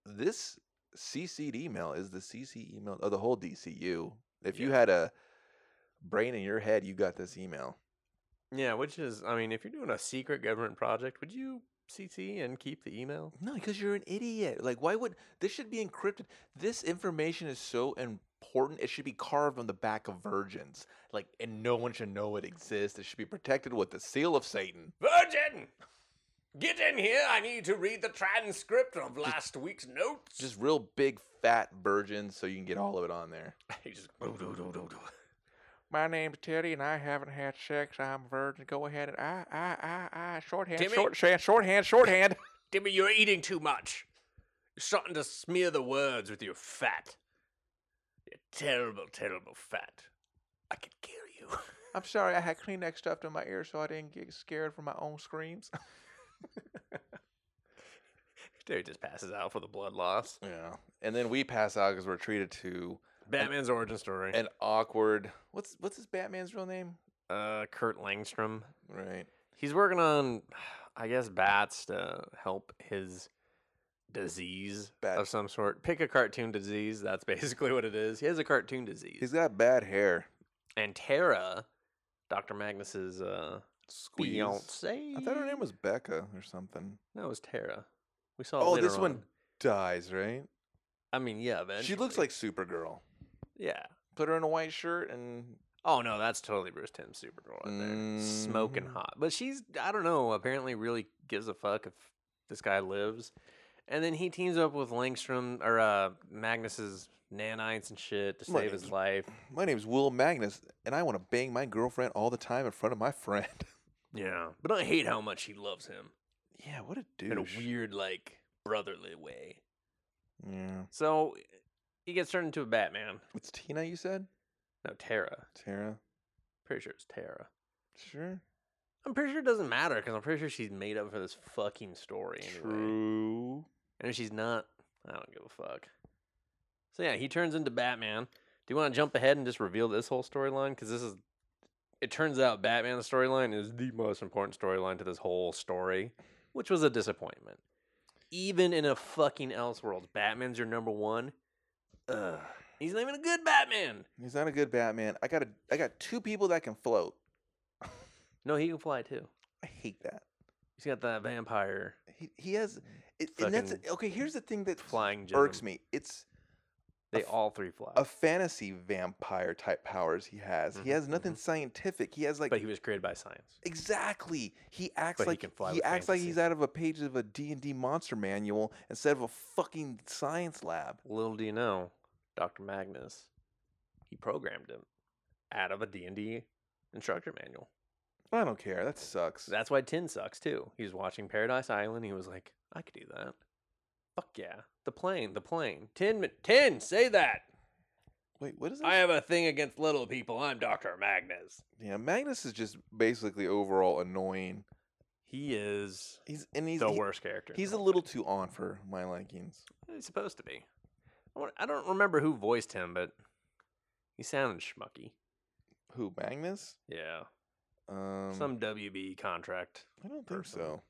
Speaker 5: this CC'd email is the CC email of the whole DCU. If you
Speaker 6: Yeah.
Speaker 5: had a brain in your head, you got this email.
Speaker 6: Yeah, which is, I mean, if you're doing a secret government project, would you CC and keep the email?
Speaker 5: No, because you're an idiot. Like, why would this should be encrypted? This information is so important; it should be carved on the back of virgins. Like, and no one should know it exists. It should be protected with the seal of Satan.
Speaker 6: Virgin! Get in here. I need to read the transcript of last week's notes.
Speaker 5: Just real big, fat virgins, so you can get all of it on there.
Speaker 6: He just do, do, do, do, do.
Speaker 5: My name's Teddy, and I haven't had sex. I'm a virgin. Go ahead and I, I, I, I, shorthand,
Speaker 6: Timmy?
Speaker 5: shorthand, shorthand, shorthand.
Speaker 6: Timmy, you're eating too much. You're starting to smear the words with your fat. You're terrible, terrible fat. I could kill you.
Speaker 5: I'm sorry, I had Kleenex stuffed in my ear, so I didn't get scared from my own screams.
Speaker 6: Terry just passes out for the blood loss.
Speaker 5: Yeah, and then we pass out because we're treated to
Speaker 6: Batman's origin story.
Speaker 5: an awkward. What's what's this Batman's real name?
Speaker 6: uh, Kurt Langstrom.
Speaker 5: Right.
Speaker 6: He's working on, I guess, bats to help his disease
Speaker 5: Bat-
Speaker 6: of some sort. Pick a cartoon disease. That's basically what it is. He has a cartoon disease.
Speaker 5: He's got bad hair.
Speaker 6: and Tara, Dr. Magnus's uh,
Speaker 5: Squeeze.
Speaker 6: fiance.
Speaker 5: I thought her name was Becca or something.
Speaker 6: No, it was Tara. We saw. it
Speaker 5: Oh, this
Speaker 6: later
Speaker 5: one
Speaker 6: on.
Speaker 5: dies, right?
Speaker 6: I mean, yeah, man.
Speaker 5: She looks like Supergirl.
Speaker 6: Yeah.
Speaker 5: Put her in a white shirt and
Speaker 6: Oh no, that's totally Bruce Tim Supergirl right there, smoking
Speaker 5: Mhm.
Speaker 6: hot. But she's I don't know. Apparently, really gives a fuck if this guy lives. And then he teams up with Langstrom or uh, Magnus's nanites and shit to
Speaker 5: Well,
Speaker 6: save his life.
Speaker 5: My name's Will Magnus, and I want to bang my girlfriend all the time in front of my friend.
Speaker 6: Yeah, but I hate how much he loves him
Speaker 5: Yeah, what a
Speaker 6: in a
Speaker 5: douche.
Speaker 6: weird, like brotherly way.
Speaker 5: yeah.
Speaker 6: So he gets turned into a Batman.
Speaker 5: It's Tina, you said?
Speaker 6: No, Tara.
Speaker 5: Tara.
Speaker 6: Pretty sure it's Tara.
Speaker 5: Sure.
Speaker 6: I'm pretty sure it doesn't matter because I'm pretty sure she's made up for this fucking story anyway.
Speaker 5: True.
Speaker 6: And if she's not, I don't give a fuck. So yeah, he turns into Batman. Do you want to jump ahead and just reveal this whole storyline? Because this is, it turns out Batman's storyline is the most important storyline to this whole story, which was a disappointment. Even in a fucking Elseworlds, Batman's your number one. Ugh. He's not even a good Batman.
Speaker 5: He's not a good Batman. I got a I got two people that can float.
Speaker 6: No, he can fly too.
Speaker 5: I hate that.
Speaker 6: He's got that vampire
Speaker 5: He he has it, and that's
Speaker 6: Fucking
Speaker 5: okay, here's the thing that
Speaker 6: flying. Jism.
Speaker 5: irks me. It's
Speaker 6: They
Speaker 5: f-
Speaker 6: all three fly.
Speaker 5: a fantasy vampire type powers he has. He
Speaker 6: Mhm,
Speaker 5: has nothing scientific. He has like
Speaker 6: but he was created by science.
Speaker 5: Exactly. He acts
Speaker 6: But he
Speaker 5: like he,
Speaker 6: can fly with
Speaker 5: acts like he's
Speaker 6: fantasy.
Speaker 5: out of a page of a D&D monster manual instead of a fucking science lab.
Speaker 6: Little do you know, Dr. Magnus, he programmed him out of a D&D instructor manual.
Speaker 5: I don't care. That sucks.
Speaker 6: So that's why Tin sucks too. He was watching Paradise Island. He was like, I could do that. Fuck yeah. The plane, the plane. Tin, mi- Tin, say that.
Speaker 5: Wait, what is that?
Speaker 6: I have a thing against little people. I'm Dr. Magnus.
Speaker 5: yeah, Magnus is just basically overall annoying.
Speaker 6: He is
Speaker 5: He's and he's
Speaker 6: the
Speaker 5: he-
Speaker 6: worst character. in
Speaker 5: He's
Speaker 6: the
Speaker 5: a
Speaker 6: whole
Speaker 5: little too on for my likings.
Speaker 6: thing. He's supposed to be. I wa- I don't remember who voiced him, but he sounded schmucky.
Speaker 5: Who, Magnus?
Speaker 6: Yeah.
Speaker 5: Um
Speaker 6: Some WB contract
Speaker 5: I don't think
Speaker 6: person.
Speaker 5: so.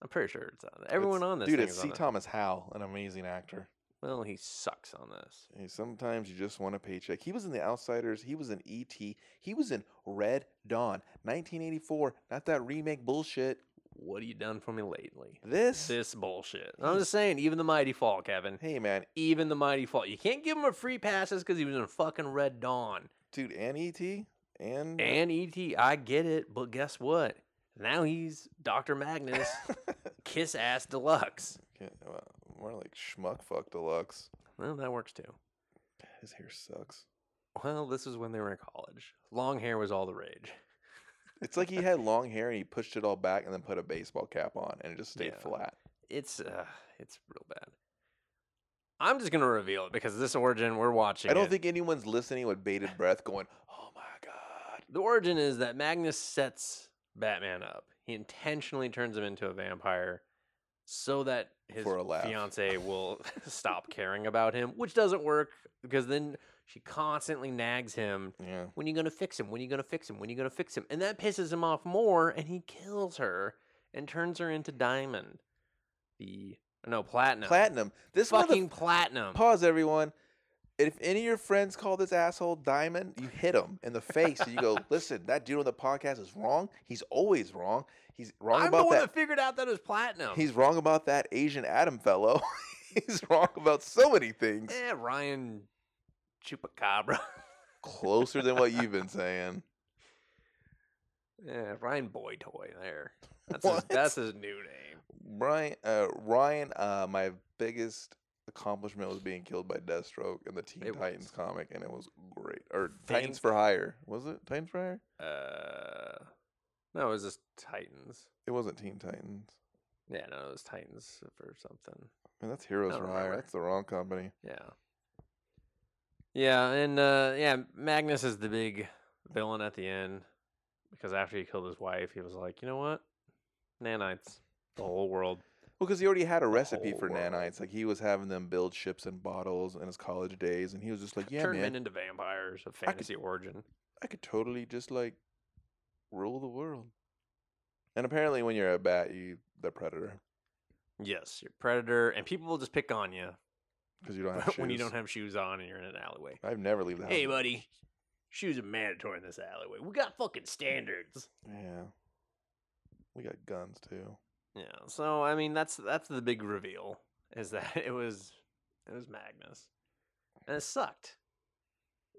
Speaker 6: I'm pretty sure it's on. Everyone
Speaker 5: It's-
Speaker 6: on this
Speaker 5: Dude,
Speaker 6: thing
Speaker 5: it's
Speaker 6: is
Speaker 5: C.
Speaker 6: on it.
Speaker 5: Thomas Howell, an amazing actor.
Speaker 6: Well, he sucks on this.
Speaker 5: Hey, sometimes you just want a paycheck. He was in The Outsiders. He was in E.T. He was in Red Dawn, 1984. Not that remake bullshit.
Speaker 6: What have you done for me lately?
Speaker 5: This.
Speaker 6: This bullshit. I'm just saying, even the mighty fall, Kevin.
Speaker 5: Hey, man.
Speaker 6: Even the mighty fall. You can't give him a free passes because he was in fucking Red Dawn
Speaker 5: Dude, and E.T. and.
Speaker 6: and ET. I get it, but guess what? Now he's Doctor Magnus, kiss ass deluxe.
Speaker 5: Okay, well, more like Schmuck Fuck Deluxe.
Speaker 6: Well, that works too.
Speaker 5: His hair sucks.
Speaker 6: Well, this is when they were in college. Long hair was all the rage.
Speaker 5: It's like he had long hair and he pushed it all back and then put a baseball cap on and it just stayed
Speaker 6: Yeah.
Speaker 5: flat.
Speaker 6: It's uh, it's real bad. I'm just gonna reveal it because this origin we're watching.
Speaker 5: I don't
Speaker 6: it.
Speaker 5: think anyone's listening with bated breath going, oh my God.
Speaker 6: the origin is that Magnus sets Batman up. He intentionally turns him into a vampire so that his
Speaker 5: For a laugh.
Speaker 6: fiance will stop caring about him, which doesn't work because then she constantly nags him.
Speaker 5: Yeah.
Speaker 6: When you gonna fix him? When you gonna fix him? When you gonna fix him? And that pisses him off more, and he kills her and turns her into diamond. The no platinum.
Speaker 5: Platinum. This
Speaker 6: Fucking
Speaker 5: motherf-
Speaker 6: platinum.
Speaker 5: pause everyone. If any of your friends call this asshole Diamond, you hit him in the face and you go, "Listen, that dude on the podcast is wrong. He's always wrong. He's wrong
Speaker 6: I'm the
Speaker 5: about
Speaker 6: one
Speaker 5: that.
Speaker 6: that figured out that it was platinum.
Speaker 5: He's wrong about that Asian Adam fellow. He's wrong about so many things.
Speaker 6: eh, Ryan Chupacabra.
Speaker 5: Closer than what you've been saying.
Speaker 6: yeah, Eh, Ryan Boy Toy. There. That's his,
Speaker 5: What?
Speaker 6: that's his new name.
Speaker 5: Brian, uh, Ryan, uh, my biggest accomplishment was being killed by Deathstroke in the Teen
Speaker 6: It
Speaker 5: Titans
Speaker 6: was.
Speaker 5: comic, and it was great. Or Titans
Speaker 6: Think-
Speaker 5: for Hire was it? Titans for Hire?
Speaker 6: Uh, no, it was just Titans.
Speaker 5: It wasn't Teen Titans.
Speaker 6: Yeah, no, it was Titans for something.
Speaker 5: Man, that's Heroes
Speaker 6: I
Speaker 5: for
Speaker 6: don't
Speaker 5: Hire.
Speaker 6: remember.
Speaker 5: That's the wrong company.
Speaker 6: Yeah. Yeah, and uh, yeah, Magnus is the big villain at the end because after he killed his wife, he was like, you know what, nanites, the whole world.
Speaker 5: Well, because he already had a recipe
Speaker 6: whole
Speaker 5: for
Speaker 6: world.
Speaker 5: nanites. Like he was having them build ships and bottles in his college days, and he was just like, "Yeah,
Speaker 6: Turn
Speaker 5: man,
Speaker 6: men into vampires of
Speaker 5: I could-
Speaker 6: fantasy origin.
Speaker 5: I could totally just like rule the world." And apparently, when you're a bat, you the predator
Speaker 6: Yes, you're predator, and people will just pick on you
Speaker 5: because you don't have shoes.
Speaker 6: when you don't have shoes on and you're in an alleyway.
Speaker 5: I've never leave the house.
Speaker 6: Hey,
Speaker 5: with-
Speaker 6: buddy, shoes are mandatory in this alleyway. We got fucking standards.
Speaker 5: Yeah, we got guns too.
Speaker 6: Yeah. So I mean, that's that's the big reveal is that it was it was Magnus, and it sucked.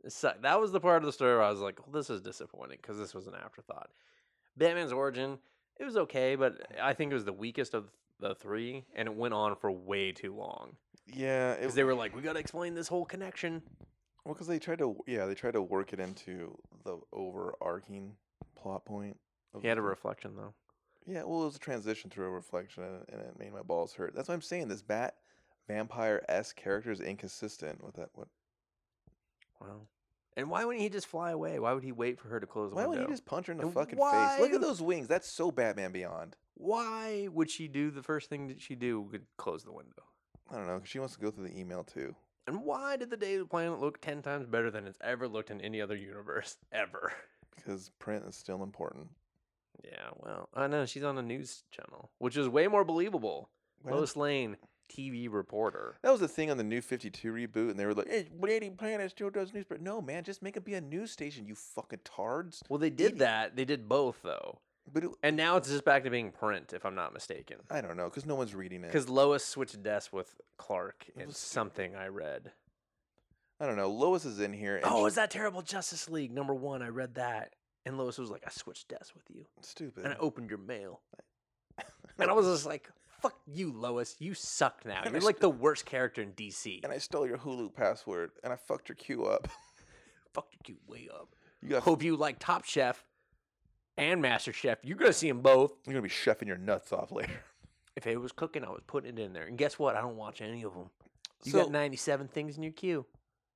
Speaker 6: It sucked. That was the part of the story where I was like, "Well, this is disappointing" because this was an afterthought. Batman's origin, it was okay, but I think it was the weakest of the three, and it went on for way too long
Speaker 5: Yeah, it,
Speaker 6: because they were like, "We got to explain this whole connection."
Speaker 5: Well, because they tried to, yeah, they tried to work it into the overarching plot point. Of
Speaker 6: He
Speaker 5: the
Speaker 6: had a
Speaker 5: film.
Speaker 6: reflection though.
Speaker 5: Yeah, well, it was a transition through a reflection, and, and it made my balls hurt. That's why I'm saying this bat vampire s character is inconsistent with that. What?
Speaker 6: Wow. And why wouldn't he just fly away? Why would he wait for her to close the
Speaker 5: Why
Speaker 6: window?
Speaker 5: would he just punch her in the
Speaker 6: And
Speaker 5: fucking face? Look
Speaker 6: why-
Speaker 5: at those wings. That's so Batman Beyond.
Speaker 6: Why would she do the first thing that she do? Would close the window.
Speaker 5: I don't know. 'cause she wants to go through the email too.
Speaker 6: And why did the Daily Planet look 10 times better than it's ever looked in any other universe? Ever.
Speaker 5: Because print is still important.
Speaker 6: Yeah, well, I know. She's on a news channel, which is way more believable.
Speaker 5: Well,
Speaker 6: Lois Lane, TV reporter.
Speaker 5: That was the thing on the new 52 reboot, and they were like, hey, Lady Planet still does news. But no, man, just make it be a news station, you fucking tards.
Speaker 6: Well, they
Speaker 5: Idi-
Speaker 6: did that. They did both, though.
Speaker 5: But it,
Speaker 6: And now it's just back to being print, if I'm not mistaken.
Speaker 5: I don't know, because no one's reading it.
Speaker 6: Because Lois switched desks with Clark
Speaker 5: It
Speaker 6: in
Speaker 5: was stupid.
Speaker 6: something I read.
Speaker 5: I don't know. Lois is in here. And
Speaker 6: Oh,
Speaker 5: she-
Speaker 6: is that terrible Justice League number one? I read that. And Lois was like, I switched desks with you.
Speaker 5: stupid.
Speaker 6: And I opened your mail. And I was just like, fuck you, Lois. You suck now.
Speaker 5: And I
Speaker 6: You're like the worst character in DC.
Speaker 5: and I stole your Hulu password and I fucked your queue up.
Speaker 6: fucked you way up.
Speaker 5: You got
Speaker 6: Hope you like Top Chef and Master Chef. You're going to see them both.
Speaker 5: You're gonna be chefing your nuts off later.
Speaker 6: If it was cooking, I was putting it in there. And guess what? I don't watch any of them. You
Speaker 5: So-
Speaker 6: got 97 things in your queue.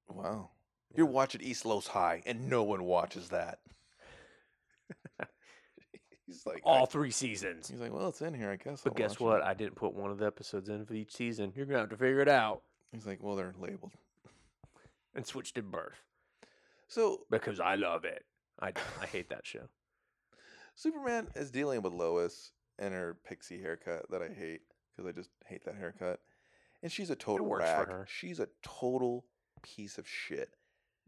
Speaker 5: Wow. You're watching East Los High and no one watches that. he's like I-
Speaker 6: All three seasons.
Speaker 5: He's like, well, it's in here, I guess.
Speaker 6: But
Speaker 5: I'll watch
Speaker 6: guess what?
Speaker 5: it."
Speaker 6: I didn't put one of the episodes in for each season. You're going to have to figure it out
Speaker 5: He's like, well, they're labeled.
Speaker 6: and switched in birth
Speaker 5: So
Speaker 6: because I love it. I, I hate that show.
Speaker 5: Superman is dealing with Lois and her pixie haircut that I hate because I just hate that haircut. And she's a total
Speaker 6: works for
Speaker 5: rag.
Speaker 6: her.
Speaker 5: She's a total piece of shit.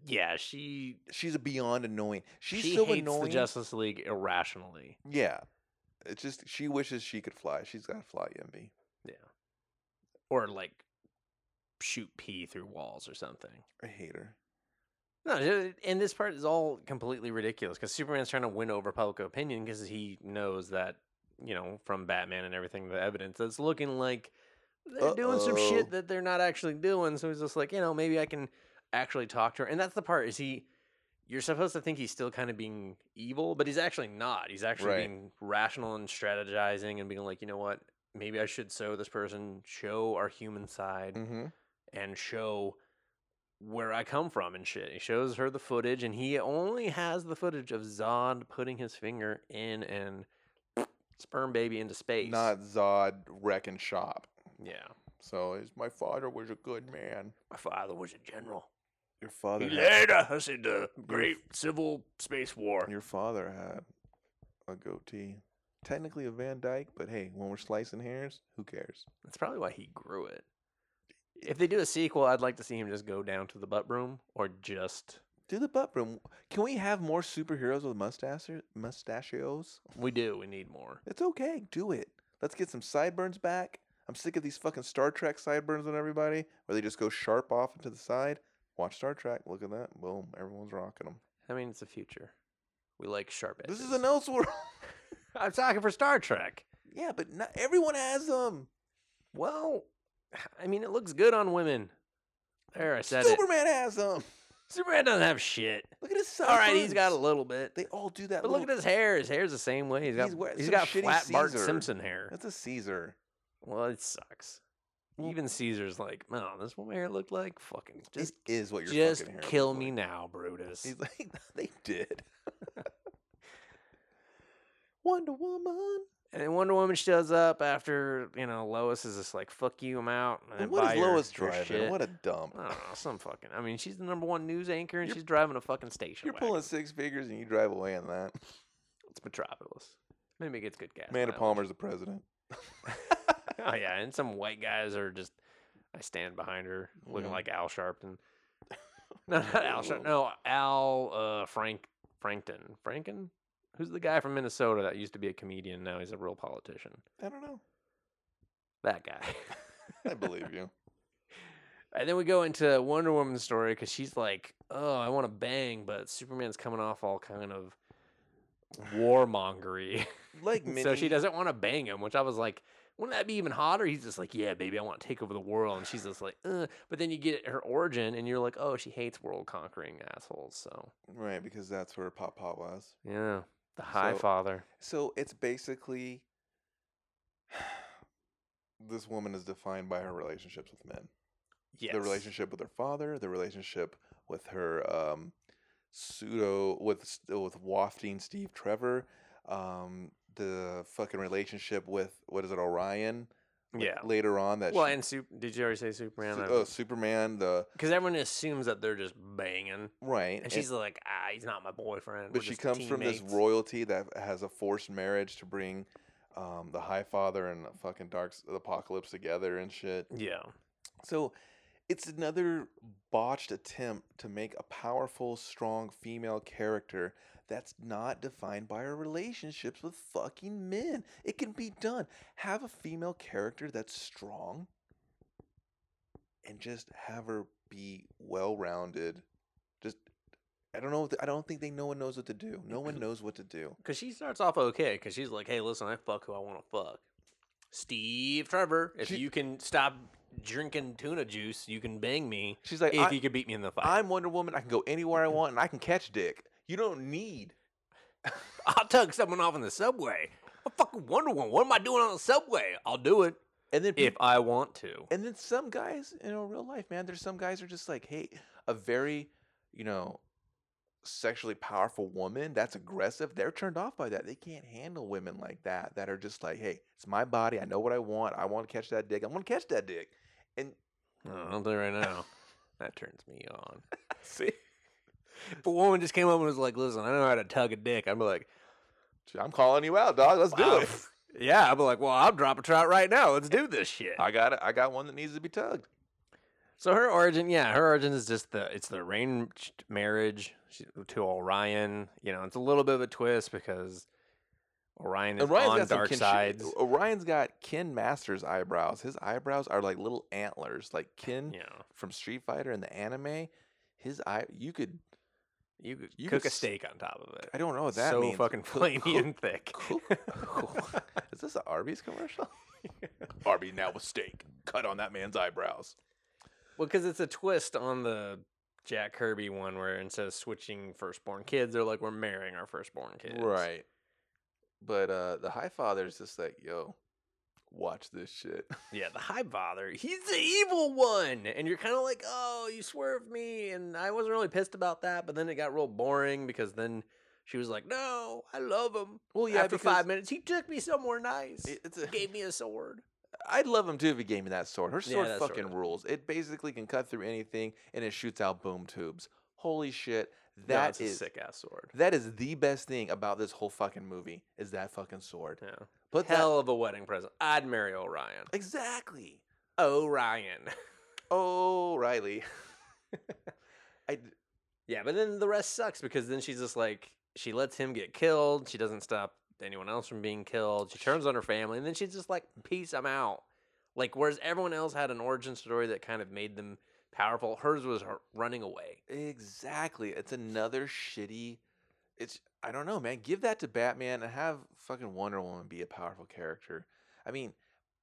Speaker 6: Yeah, she
Speaker 5: She's beyond annoying. She's
Speaker 6: she
Speaker 5: so
Speaker 6: hates
Speaker 5: annoying.
Speaker 6: the Justice League irrationally.
Speaker 5: Yeah. It's just she wishes she could fly. She's got fly envy.
Speaker 6: or like shoot pee through walls or something.
Speaker 5: I hate her.
Speaker 6: No, ju- and this part is all completely ridiculous because Superman's trying to win over public opinion because he knows that you know from Batman and everything the evidence that's looking like they're doing some
Speaker 5: Uh-oh.
Speaker 6: shit that they're not actually doing. So he's just like, you know, maybe I can actually talk to her. And that's the part is he. You're supposed to think he's still kind of being evil, but he's actually not. He's actually
Speaker 5: Right.
Speaker 6: being rational and strategizing and being like, you know what? Maybe I should show this person, show our human side
Speaker 5: Mm-hmm.
Speaker 6: and show where I come from and shit. He shows her the footage, and he only has the footage of Zod putting his finger in and sperm baby into space.
Speaker 5: not Zod wrecking shop.
Speaker 6: yeah.
Speaker 5: So it's my father was a good man.
Speaker 6: My father was a general.
Speaker 5: Your father.
Speaker 6: us into great civil space war.
Speaker 5: Your father had a goatee. Technically a Van Dyke, but hey, when we're slicing hairs, who cares?
Speaker 6: That's probably why he grew it. If they do a sequel, I'd like to see him just go down to the butt room or just
Speaker 5: Do the butt room. Can we have more superheroes with mustaches? Mustachios?
Speaker 6: we do, we need more.
Speaker 5: It's okay. Do it. Let's get some sideburns back. I'm sick of these fucking Star Trek sideburns on everybody, where they just go sharp off into the side. Watch Star Trek. Look at that. Boom. Everyone's rocking them.
Speaker 6: I mean, it's the future. We like sharp edges.
Speaker 5: This is an Elseworld.
Speaker 6: I'm talking for Star Trek.
Speaker 5: yeah, but not everyone has them.
Speaker 6: Well, I mean, it looks good on women. There, I said it.
Speaker 5: Superman has them.
Speaker 6: Superman doesn't have shit.
Speaker 5: Look at his
Speaker 6: All right, he's got a
Speaker 5: sideburns.
Speaker 6: little bit.
Speaker 5: They all do that.
Speaker 6: But look at his hair. His hair's the same way. He's got
Speaker 5: He's wear-
Speaker 6: he's
Speaker 5: some
Speaker 6: got
Speaker 5: shitty
Speaker 6: flat Bart
Speaker 5: Caesar.
Speaker 6: Simpson hair.
Speaker 5: That's a Caesar.
Speaker 6: Well, it sucks.
Speaker 5: Well-
Speaker 6: Even Caesar's like, no, this woman hair looked like fucking just
Speaker 5: Just is what you're.
Speaker 6: just kill me now, Brutus.
Speaker 5: He's like they did. Wonder Woman.
Speaker 6: And then Wonder Woman shows up after you know Lois is just like, "Fuck you, I'm out." And then
Speaker 5: And what
Speaker 6: buy
Speaker 5: is
Speaker 6: your-
Speaker 5: Lois
Speaker 6: your
Speaker 5: driving?
Speaker 6: shit.
Speaker 5: What a dump.
Speaker 6: I don't know, some fucking. I mean, she's the number one news anchor, and
Speaker 5: You're-
Speaker 6: she's driving a fucking station.
Speaker 5: You're
Speaker 6: wagon.
Speaker 5: pulling six figures and you drive away in that.
Speaker 6: It's Metropolis. Maybe it gets good gas.
Speaker 5: Amanda
Speaker 6: mileage.
Speaker 5: Palmer's the president.
Speaker 6: Oh yeah, and some white guys are just. I stand behind her, looking
Speaker 5: Mhm.
Speaker 6: like Al Sharpton. No, not Al
Speaker 5: Ooh.
Speaker 6: Sharpton. No, Al uh, Frank Frankton. Franken, who's the guy from Minnesota that used to be a comedian? Now he's a real politician.
Speaker 5: I don't know.
Speaker 6: That guy.
Speaker 5: I believe you.
Speaker 6: And then we go into Wonder Woman's story because she's like, "Oh, I want to bang," but Superman's coming off all kind of warmongery,
Speaker 5: Like
Speaker 6: so she
Speaker 5: Minnie-
Speaker 6: doesn't want to bang him. Which I was like, "Wouldn't that be even hotter?" He's just like, "Yeah, baby, I want to take over the world," and she's just like, "Uh." But then you get her origin, and you're like, "Oh, she hates world conquering assholes." So
Speaker 5: Right, because that's where Pop Pop was.
Speaker 6: yeah, the High
Speaker 5: So-
Speaker 6: Father.
Speaker 5: So it's basically this woman is defined by her relationships with men.
Speaker 6: Yes.
Speaker 5: The relationship with her father, the relationship with her um, pseudo with s- with wafting Steve Trevor, um, the fucking relationship with what is it Orion? Like,
Speaker 6: Yeah.
Speaker 5: Later on, that
Speaker 6: Well,
Speaker 5: she-
Speaker 6: and Sup- did you already say Superman?
Speaker 5: Su- oh, Superman, the
Speaker 6: Because everyone assumes that they're just banging,
Speaker 5: right,
Speaker 6: and she's like, "Ah, he's not my boyfriend."
Speaker 5: but
Speaker 6: we're
Speaker 5: she
Speaker 6: just
Speaker 5: comes from this
Speaker 6: teammates."
Speaker 5: royalty that has a forced marriage to bring um, the High Father and the fucking Dark S- Apocalypse together and shit.
Speaker 6: Yeah.
Speaker 5: So it's another botched attempt to make a powerful, strong female character that's not defined by her relationships with fucking men. It can be done. Have a female character that's strong and just have her be well-rounded. Just I don't know. if- I don't think they. No one knows what to do. No one knows what to do.
Speaker 6: Because she starts off okay, because she's like, hey, listen, I fuck who I want to fuck. Steve Trevor, if
Speaker 5: She-
Speaker 6: you can stop drinking tuna juice, you can bang me.
Speaker 5: She's like,
Speaker 6: if
Speaker 5: I,
Speaker 6: you could beat me in the fight, i
Speaker 5: I'm Wonder Woman. I can go anywhere I want, and I can catch dick. You don't need
Speaker 6: will tug someone off in the subway. I fucking Wonder Woman. What am I doing on the subway? I'll do it
Speaker 5: and then
Speaker 6: if I want to.
Speaker 5: And then some guys, you know, real life, man, there's some guys who are just like, hey, a very, you know, sexually powerful woman that's aggressive, they're turned off by that. They can't handle women like that, that are just like, hey, it's my body. I know what I want. I want to catch that dick. I want to catch that dick.
Speaker 6: No, Oh, I'll do it right now. that turns me on.
Speaker 5: See?
Speaker 6: If a woman just came up and was like, listen, I know how to tug a dick, I'd be like,
Speaker 5: I'm calling you out, dog. Let's do
Speaker 6: Wow.
Speaker 5: it.
Speaker 6: yeah, I'd be like, well, I'll drop a trot right now. Let's do this shit.
Speaker 5: I got it. I got one that needs to be tugged.
Speaker 6: So her origin, yeah, her origin is just the it's the arranged marriage she- to Orion. You know, it's a little bit of a twist because Orion is on
Speaker 5: some
Speaker 6: dark
Speaker 5: kin- shi-
Speaker 6: sides.
Speaker 5: Orion's got Ken Masters eyebrows. His eyebrows are like little antlers, like Ken
Speaker 6: You know,
Speaker 5: from Street Fighter and the anime. His eye, you could
Speaker 6: you, could
Speaker 5: You
Speaker 6: cook
Speaker 5: could
Speaker 6: a
Speaker 5: s-
Speaker 6: steak on top of it.
Speaker 5: I don't know what that
Speaker 6: so
Speaker 5: means.
Speaker 6: fucking
Speaker 5: Cook-
Speaker 6: flamey
Speaker 5: cook-
Speaker 6: and thick.
Speaker 5: cook- Is this an Arby's commercial? Arby now with steak. Cut on that man's eyebrows.
Speaker 6: well, because it's a twist on the Jack Kirby one where instead of switching firstborn kids, they're like we're marrying our firstborn kids.
Speaker 5: Right. But uh the High Father's just like, yo, watch this shit.
Speaker 6: Yeah, the High Father. He's the evil one. And you're kind of like, oh, you swerved me. And I wasn't really pissed about that. But then it got real boring because then She was like, "No, I love him."
Speaker 5: Well, yeah,
Speaker 6: After
Speaker 5: because-
Speaker 6: five minutes, he took me somewhere nice.
Speaker 5: It- it's a-
Speaker 6: gave me a sword.
Speaker 5: I'd love him too if he gave me that sword. Her
Speaker 6: Yeah,
Speaker 5: sword
Speaker 6: that sword
Speaker 5: fucking
Speaker 6: is-
Speaker 5: rules. It basically can cut through anything and it shoots out boom tubes. Holy shit. That is
Speaker 6: a sick ass sword.
Speaker 5: that is the best thing about this whole fucking movie is that fucking sword.
Speaker 6: Yeah.
Speaker 5: But that-
Speaker 6: Hell of a wedding present. I'd marry Orion.
Speaker 5: exactly.
Speaker 6: Orion.
Speaker 5: Oh, Riley. I d-
Speaker 6: yeah, but then the rest sucks because then she's just like she lets him get killed. She doesn't stop anyone else from being killed. She turns on her family, and then she's just like, "Peace, I'm out." Like whereas everyone else had an origin story that kind of made them powerful, hers was her running away.
Speaker 5: exactly. It's another shitty it's I don't know, man. Give that to Batman and have fucking Wonder Woman be a powerful character. I mean,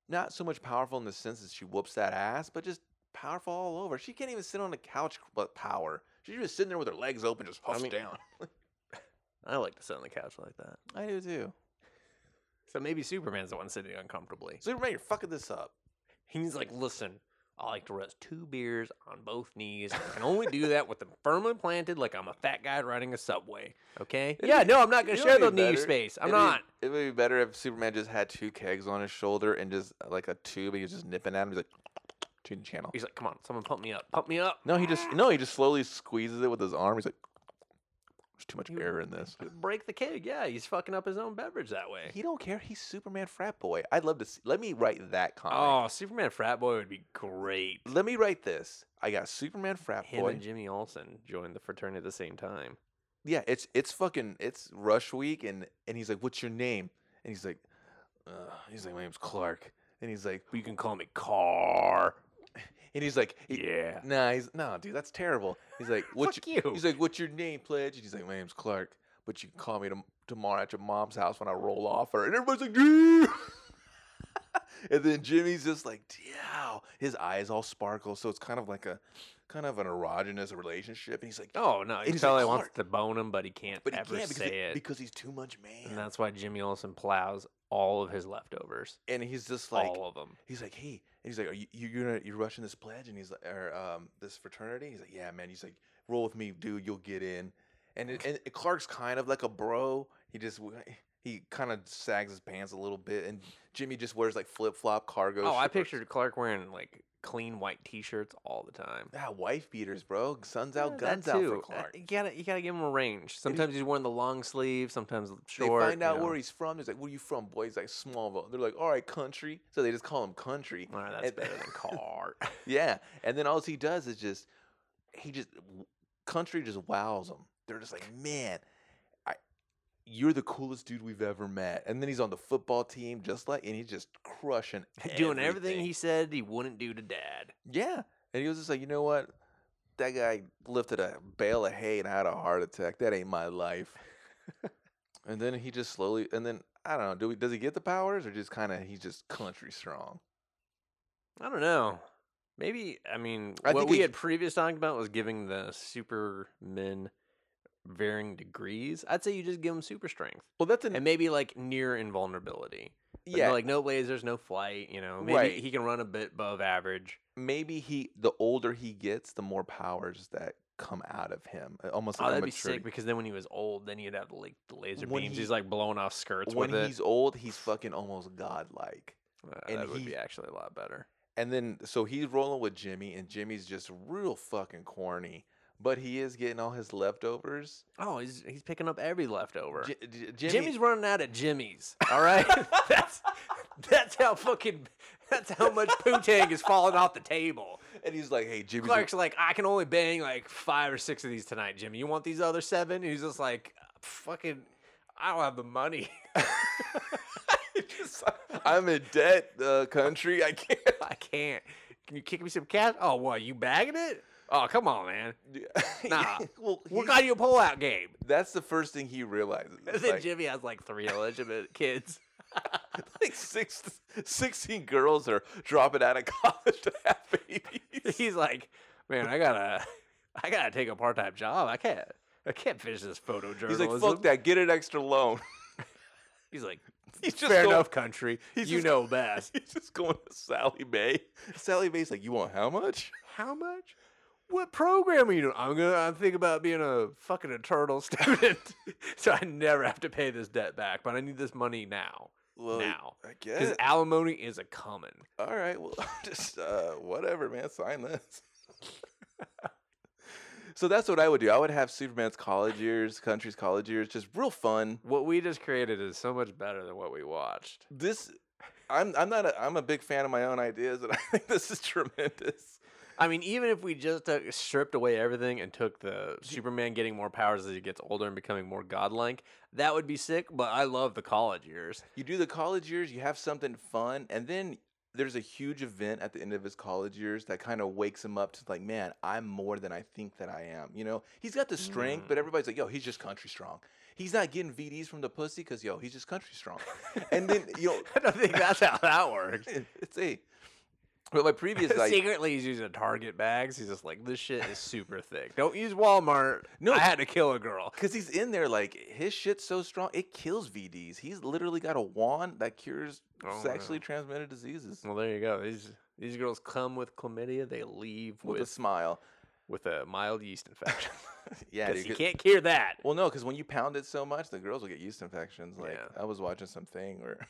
Speaker 5: not so much powerful in the sense that she whoops that ass, but just powerful all over. She can't even sit on the couch with power. She's just sitting there with her legs open, just
Speaker 6: I
Speaker 5: huffs
Speaker 6: mean-
Speaker 5: down.
Speaker 6: I like to sit on the couch like that.
Speaker 5: I do too.
Speaker 6: So maybe Superman's the one sitting uncomfortably.
Speaker 5: Superman, you're fucking this up.
Speaker 6: He's like, listen, I like to rest two beers on both knees. I can only do that with them firmly planted like I'm a fat guy riding a subway. Okay?
Speaker 5: It'd
Speaker 6: yeah,
Speaker 5: be-
Speaker 6: no, I'm not going
Speaker 5: you
Speaker 6: to
Speaker 5: know
Speaker 6: share the
Speaker 5: what'd be
Speaker 6: knee
Speaker 5: better?
Speaker 6: space. I'm
Speaker 5: It'd be-
Speaker 6: not.
Speaker 5: it would be better if Superman just had two kegs on his shoulder and just uh, like a tube, and he's just nipping at him. He's like, changing channel.
Speaker 6: He's like, come on, someone pump me up. Pump me up.
Speaker 5: No, he just no, he just slowly squeezes it with his arm. He's like, there's too much
Speaker 6: You-
Speaker 5: air in this.
Speaker 6: Break the keg. Yeah, he's fucking up his own beverage that way.
Speaker 5: He don't care. He's Superman frat boy. I'd love to see. Let me write that comic.
Speaker 6: Oh, Superman Frat Boy would be great.
Speaker 5: Let me write this. I got Superman frat
Speaker 6: Him
Speaker 5: Mm, boy.
Speaker 6: and Jimmy Olsen joined the fraternity at the same time.
Speaker 5: yeah, it's it's fucking it's rush week, and and he's like, "What's your name?" And he's like, uh, he's like, "My name's Clark." And he's like,
Speaker 6: You can call me Car.
Speaker 5: and he's like, he-
Speaker 6: Yeah.
Speaker 5: Nah, he's nah, dude, that's terrible. He's like, what's
Speaker 6: Fuck you.
Speaker 5: He's like, what's your name, pledge? And he's like, my name's Clark, but you can call me tom- tomorrow at your mom's house when I roll off her. And everybody's like, "Yeah." and then Jimmy's just like, "Wow." His eyes all sparkle, so it's kind of like a, kind of an erogenous relationship. And he's like,
Speaker 6: Oh, no. He
Speaker 5: he's like,
Speaker 6: totally wants
Speaker 5: "Clark."
Speaker 6: to bone him, but he can't
Speaker 5: but he
Speaker 6: ever
Speaker 5: can't because,
Speaker 6: say
Speaker 5: he-
Speaker 6: it.
Speaker 5: because he's too much man.
Speaker 6: And that's why Jimmy Olsen plows all of his leftovers.
Speaker 5: and he's just like,
Speaker 6: all of them.
Speaker 5: he's like, hey, and he's like, are you you you're, gonna- you're rushing this pledge? And he's like, or um, this fraternity? He's like, yeah, man. He's like, roll with me, dude. You'll get in. And it, and Clark's kind of like a bro. He just w- he kind of sags his pants a little bit, and Jimmy just wears like flip flop cargo.
Speaker 6: Oh, I
Speaker 5: shorts.
Speaker 6: pictured Clark wearing like clean white T-shirts all the time.
Speaker 5: ah, wife beaters, bro. Sun's
Speaker 6: Yeah,
Speaker 5: out,
Speaker 6: that
Speaker 5: guns out for
Speaker 6: too. Uh,
Speaker 5: Clark.
Speaker 6: You gotta, you gotta give him a range. Sometimes he's wearing the long sleeve, sometimes
Speaker 5: They
Speaker 6: short.
Speaker 5: find
Speaker 6: you
Speaker 5: out
Speaker 6: know.
Speaker 5: where he's from. He's like, "Where you from, boy?" He's like, "Smallville." They're like, "All right, country." So they just call him country.
Speaker 6: All right, that's
Speaker 5: and-
Speaker 6: better than Clark.
Speaker 5: Yeah, and then all he does is just he just w- country just wows them. They're just like, man, I you're the coolest dude we've ever met. And then he's on the football team, just like, and he's just crushing,
Speaker 6: Doing everything he said he wouldn't do to Dad.
Speaker 5: yeah. And he was just like, you know what? That guy lifted a bale of hay and had a heart attack. That ain't my life. and then he just slowly, and then I don't know. Do we, does he get the powers, or just kind of he's just country strong?
Speaker 6: I don't know. Maybe I mean
Speaker 5: I
Speaker 6: what
Speaker 5: think
Speaker 6: we
Speaker 5: he-
Speaker 6: had previous talked about was giving the supermen varying degrees. I'd say you just give them super strength
Speaker 5: Well, that's an
Speaker 6: and maybe like near invulnerability. But
Speaker 5: yeah.
Speaker 6: Like no lasers, no flight. You know, maybe
Speaker 5: Right.
Speaker 6: he can run a bit above average.
Speaker 5: maybe he the older he gets, the more powers that come out of him. uh, Almost
Speaker 6: oh,
Speaker 5: like a
Speaker 6: that'd be
Speaker 5: maturity.
Speaker 6: sick because then when he was old, then he'd have like the laser
Speaker 5: When
Speaker 6: beams.
Speaker 5: he-
Speaker 6: he's like blowing off skirts
Speaker 5: when
Speaker 6: with
Speaker 5: he's
Speaker 6: it.
Speaker 5: old, he's fucking almost godlike.
Speaker 6: Uh,
Speaker 5: and
Speaker 6: that would
Speaker 5: he-
Speaker 6: be actually a lot better.
Speaker 5: And then so he's rolling with Jimmy, and Jimmy's just real fucking corny. But he is getting all his leftovers.
Speaker 6: Oh, he's he's picking up every leftover.
Speaker 5: J- J- Jimmy,
Speaker 6: Jimmy's running out of Jimmy's. All right, that's that's how fucking that's how much poontang is falling off the table.
Speaker 5: and he's like, "Hey, Jimmy's like,
Speaker 6: Clark's like, I can only bang like five or six of these tonight, Jimmy. You want these other seven? And he's just like, fucking, I don't have the money. Just like,
Speaker 5: I'm in debt, uh, country. I can't."
Speaker 6: I can't. Can you kick me some cash? Oh, what? You bagging it? Oh, come on, man. Nah.
Speaker 5: well,
Speaker 6: Work
Speaker 5: he's-
Speaker 6: on your pullout game.
Speaker 5: that's the first thing he realizes.
Speaker 6: And
Speaker 5: It's
Speaker 6: then
Speaker 5: like,
Speaker 6: Jimmy has like three illegitimate kids.
Speaker 5: like six, 16 girls are dropping out of college to have babies.
Speaker 6: he's like, man, I gotta, I gotta take a part time job. I can't, I can't finish this photojournalism.
Speaker 5: He's like, fuck that, get an extra loan.
Speaker 6: He's like,
Speaker 5: He's just
Speaker 6: fair
Speaker 5: going-
Speaker 6: enough, country.
Speaker 5: he's
Speaker 6: you
Speaker 5: just-
Speaker 6: know best.
Speaker 5: He's just going to Sally Mae. Sally Mae's like, you want how much?
Speaker 6: How much? What program are you doing? I'm gonna. I think about being a fucking eternal student, so I never have to pay this debt back. But I need this money now,
Speaker 5: Well,
Speaker 6: now,
Speaker 5: I
Speaker 6: because
Speaker 5: guess.
Speaker 6: alimony is a coming.
Speaker 5: All right. Well, just uh, whatever, man. Sign this. so that's what I would do. I would have Superman's college years, country's college years, just real fun.
Speaker 6: What we just created is so much better than what we watched.
Speaker 5: This, I'm I'm not a, I'm a big fan of my own ideas, and I think this is tremendous.
Speaker 6: I mean, even if we just took, stripped away everything and took the Superman getting more powers as he gets older and becoming more godlike, that would be sick. But I love the college years.
Speaker 5: You do the college years, you have something fun, and then there's a huge event at the end of his college years that kind of wakes him up to like, man, I'm more than I think that I am. You know, he's got the strength,
Speaker 6: Mm.
Speaker 5: but everybody's like, yo, he's just country strong. He's not getting VDs from the pussy because yo, he's just country strong. and then you know,
Speaker 6: I don't think that's how that works.
Speaker 5: it's a. But my previous idea,
Speaker 6: Secretly, he's using Target bags. He's just like, this shit is super thick. Don't use Walmart. No, I had to kill a girl.
Speaker 5: because he's in there like his shit's so strong it kills VDs. He's literally got a wand that cures
Speaker 6: Oh,
Speaker 5: sexually
Speaker 6: yeah.
Speaker 5: transmitted diseases
Speaker 6: Well, there you go. These these girls come with chlamydia. They leave
Speaker 5: with a
Speaker 6: with
Speaker 5: smile.
Speaker 6: with a, mild yeast infection.
Speaker 5: Yeah,
Speaker 6: 'Cause
Speaker 5: dude,
Speaker 6: you
Speaker 5: 'cause-
Speaker 6: can't cure that.
Speaker 5: Well, no, because when you pound it so much, the girls will get yeast infections. Like
Speaker 6: Yeah.
Speaker 5: I was watching something or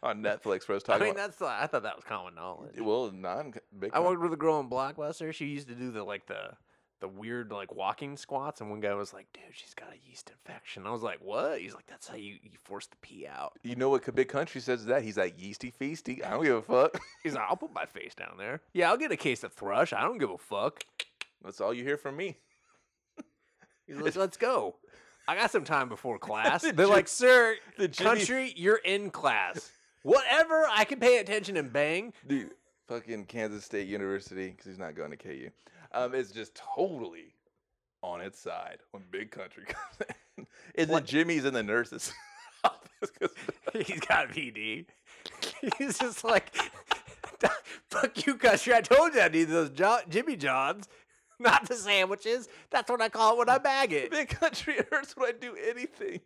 Speaker 5: on Netflix where I was
Speaker 6: I
Speaker 5: talking.
Speaker 6: mean,
Speaker 5: about,
Speaker 6: that's I thought that was common knowledge.
Speaker 5: well, non big.
Speaker 6: I
Speaker 5: time.
Speaker 6: worked with a girl in Blockbuster. She used to do the like the the weird like walking squats, and one guy was like, "Dude, she's got a yeast infection." I was like, "What?" He's like, "That's how you you force the pee out."
Speaker 5: You know what big country says to that? He's like yeasty feasty. I don't give a fuck.
Speaker 6: He's like, "I'll put my face down there. Yeah, I'll get a case of thrush. I don't give a fuck.
Speaker 5: That's all you hear from me.
Speaker 6: He's like, let's go." I got some time before class. They're
Speaker 5: The
Speaker 6: like,
Speaker 5: Jim-
Speaker 6: "Sir,
Speaker 5: the
Speaker 6: the
Speaker 5: Jimmy-
Speaker 6: country, you're in class. Whatever, I can pay attention and bang."
Speaker 5: Dude, fucking Kansas State University, because he's not going to KU. Um, it's just totally on its side when big country comes in. And then Jimmy's in the nurses. office 'cause
Speaker 6: He's got VD. He's just like, fuck you, country. I told you I need those jo- Jimmy Johns, not the sandwiches. That's what I call it when I bag it.
Speaker 5: big country hurts when I do anything.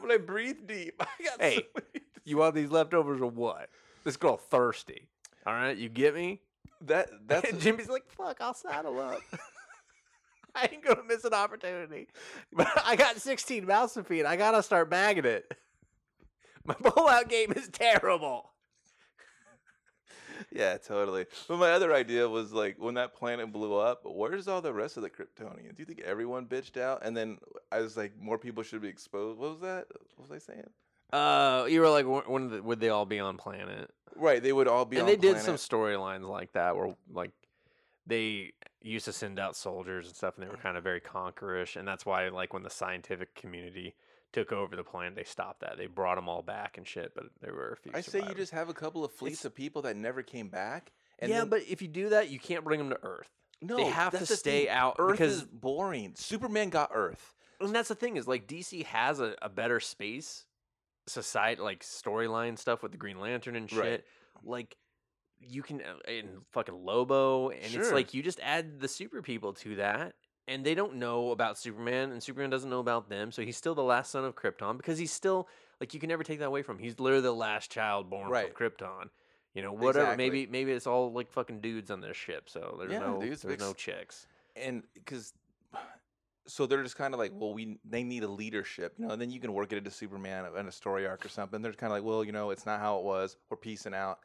Speaker 5: When I breathe deep, I got so
Speaker 6: Hey,
Speaker 5: many
Speaker 6: You want these leftovers or what? This girl thirsty. All right, you get me?
Speaker 5: That that's
Speaker 6: and Jimmy's like, fuck, I'll saddle up. I ain't gonna miss an opportunity. But I got 16 mouths to feed. I gotta start bagging it. My bowlout game is terrible.
Speaker 5: yeah, totally. But my other idea was like when that planet blew up, where's all the rest of the Kryptonians? Do you think everyone bitched out? And then I was like, more people should be exposed. What was that? What was I saying?
Speaker 6: Uh, you were like, wh- when the, would they all be on planet?
Speaker 5: Right, they would all be.
Speaker 6: and
Speaker 5: on
Speaker 6: they did
Speaker 5: planet.
Speaker 6: some storylines like that where like they used to send out soldiers and stuff and they were kind of very conquerish and that's why like when the scientific community took over the planet they stopped that they brought them all back and shit but there were a few
Speaker 5: I say you
Speaker 6: survivors.
Speaker 5: just have a couple of fleets
Speaker 6: It's-
Speaker 5: of people that never came back. And
Speaker 6: yeah
Speaker 5: then-
Speaker 6: but if you do that you can't bring them to earth
Speaker 5: no,
Speaker 6: have
Speaker 5: that's
Speaker 6: to
Speaker 5: the
Speaker 6: stay
Speaker 5: thing.
Speaker 6: out
Speaker 5: Earth
Speaker 6: because-
Speaker 5: is boring. Superman got Earth.
Speaker 6: and that's the thing is like dc has a, a better space society like storyline stuff with the green lantern and shit
Speaker 5: Right.
Speaker 6: like you can uh, and fucking lobo and it's
Speaker 5: Sure.
Speaker 6: like you just add the super people to that and they don't know about superman and superman doesn't know about them so he's still the last son of krypton because he's still like you can never take that away from him he's literally the last child born
Speaker 5: Right.
Speaker 6: from krypton you know whatever
Speaker 5: Exactly.
Speaker 6: maybe maybe it's all like fucking dudes on this ship so there's
Speaker 5: Yeah,
Speaker 6: no
Speaker 5: dude, it's
Speaker 6: there's
Speaker 5: mixed-
Speaker 6: no chicks
Speaker 5: and because so they're just kind of like well we they need a leadership you know and then you can work it into superman and a story arc or something they're kind of like well you know it's not how it was we're piecing out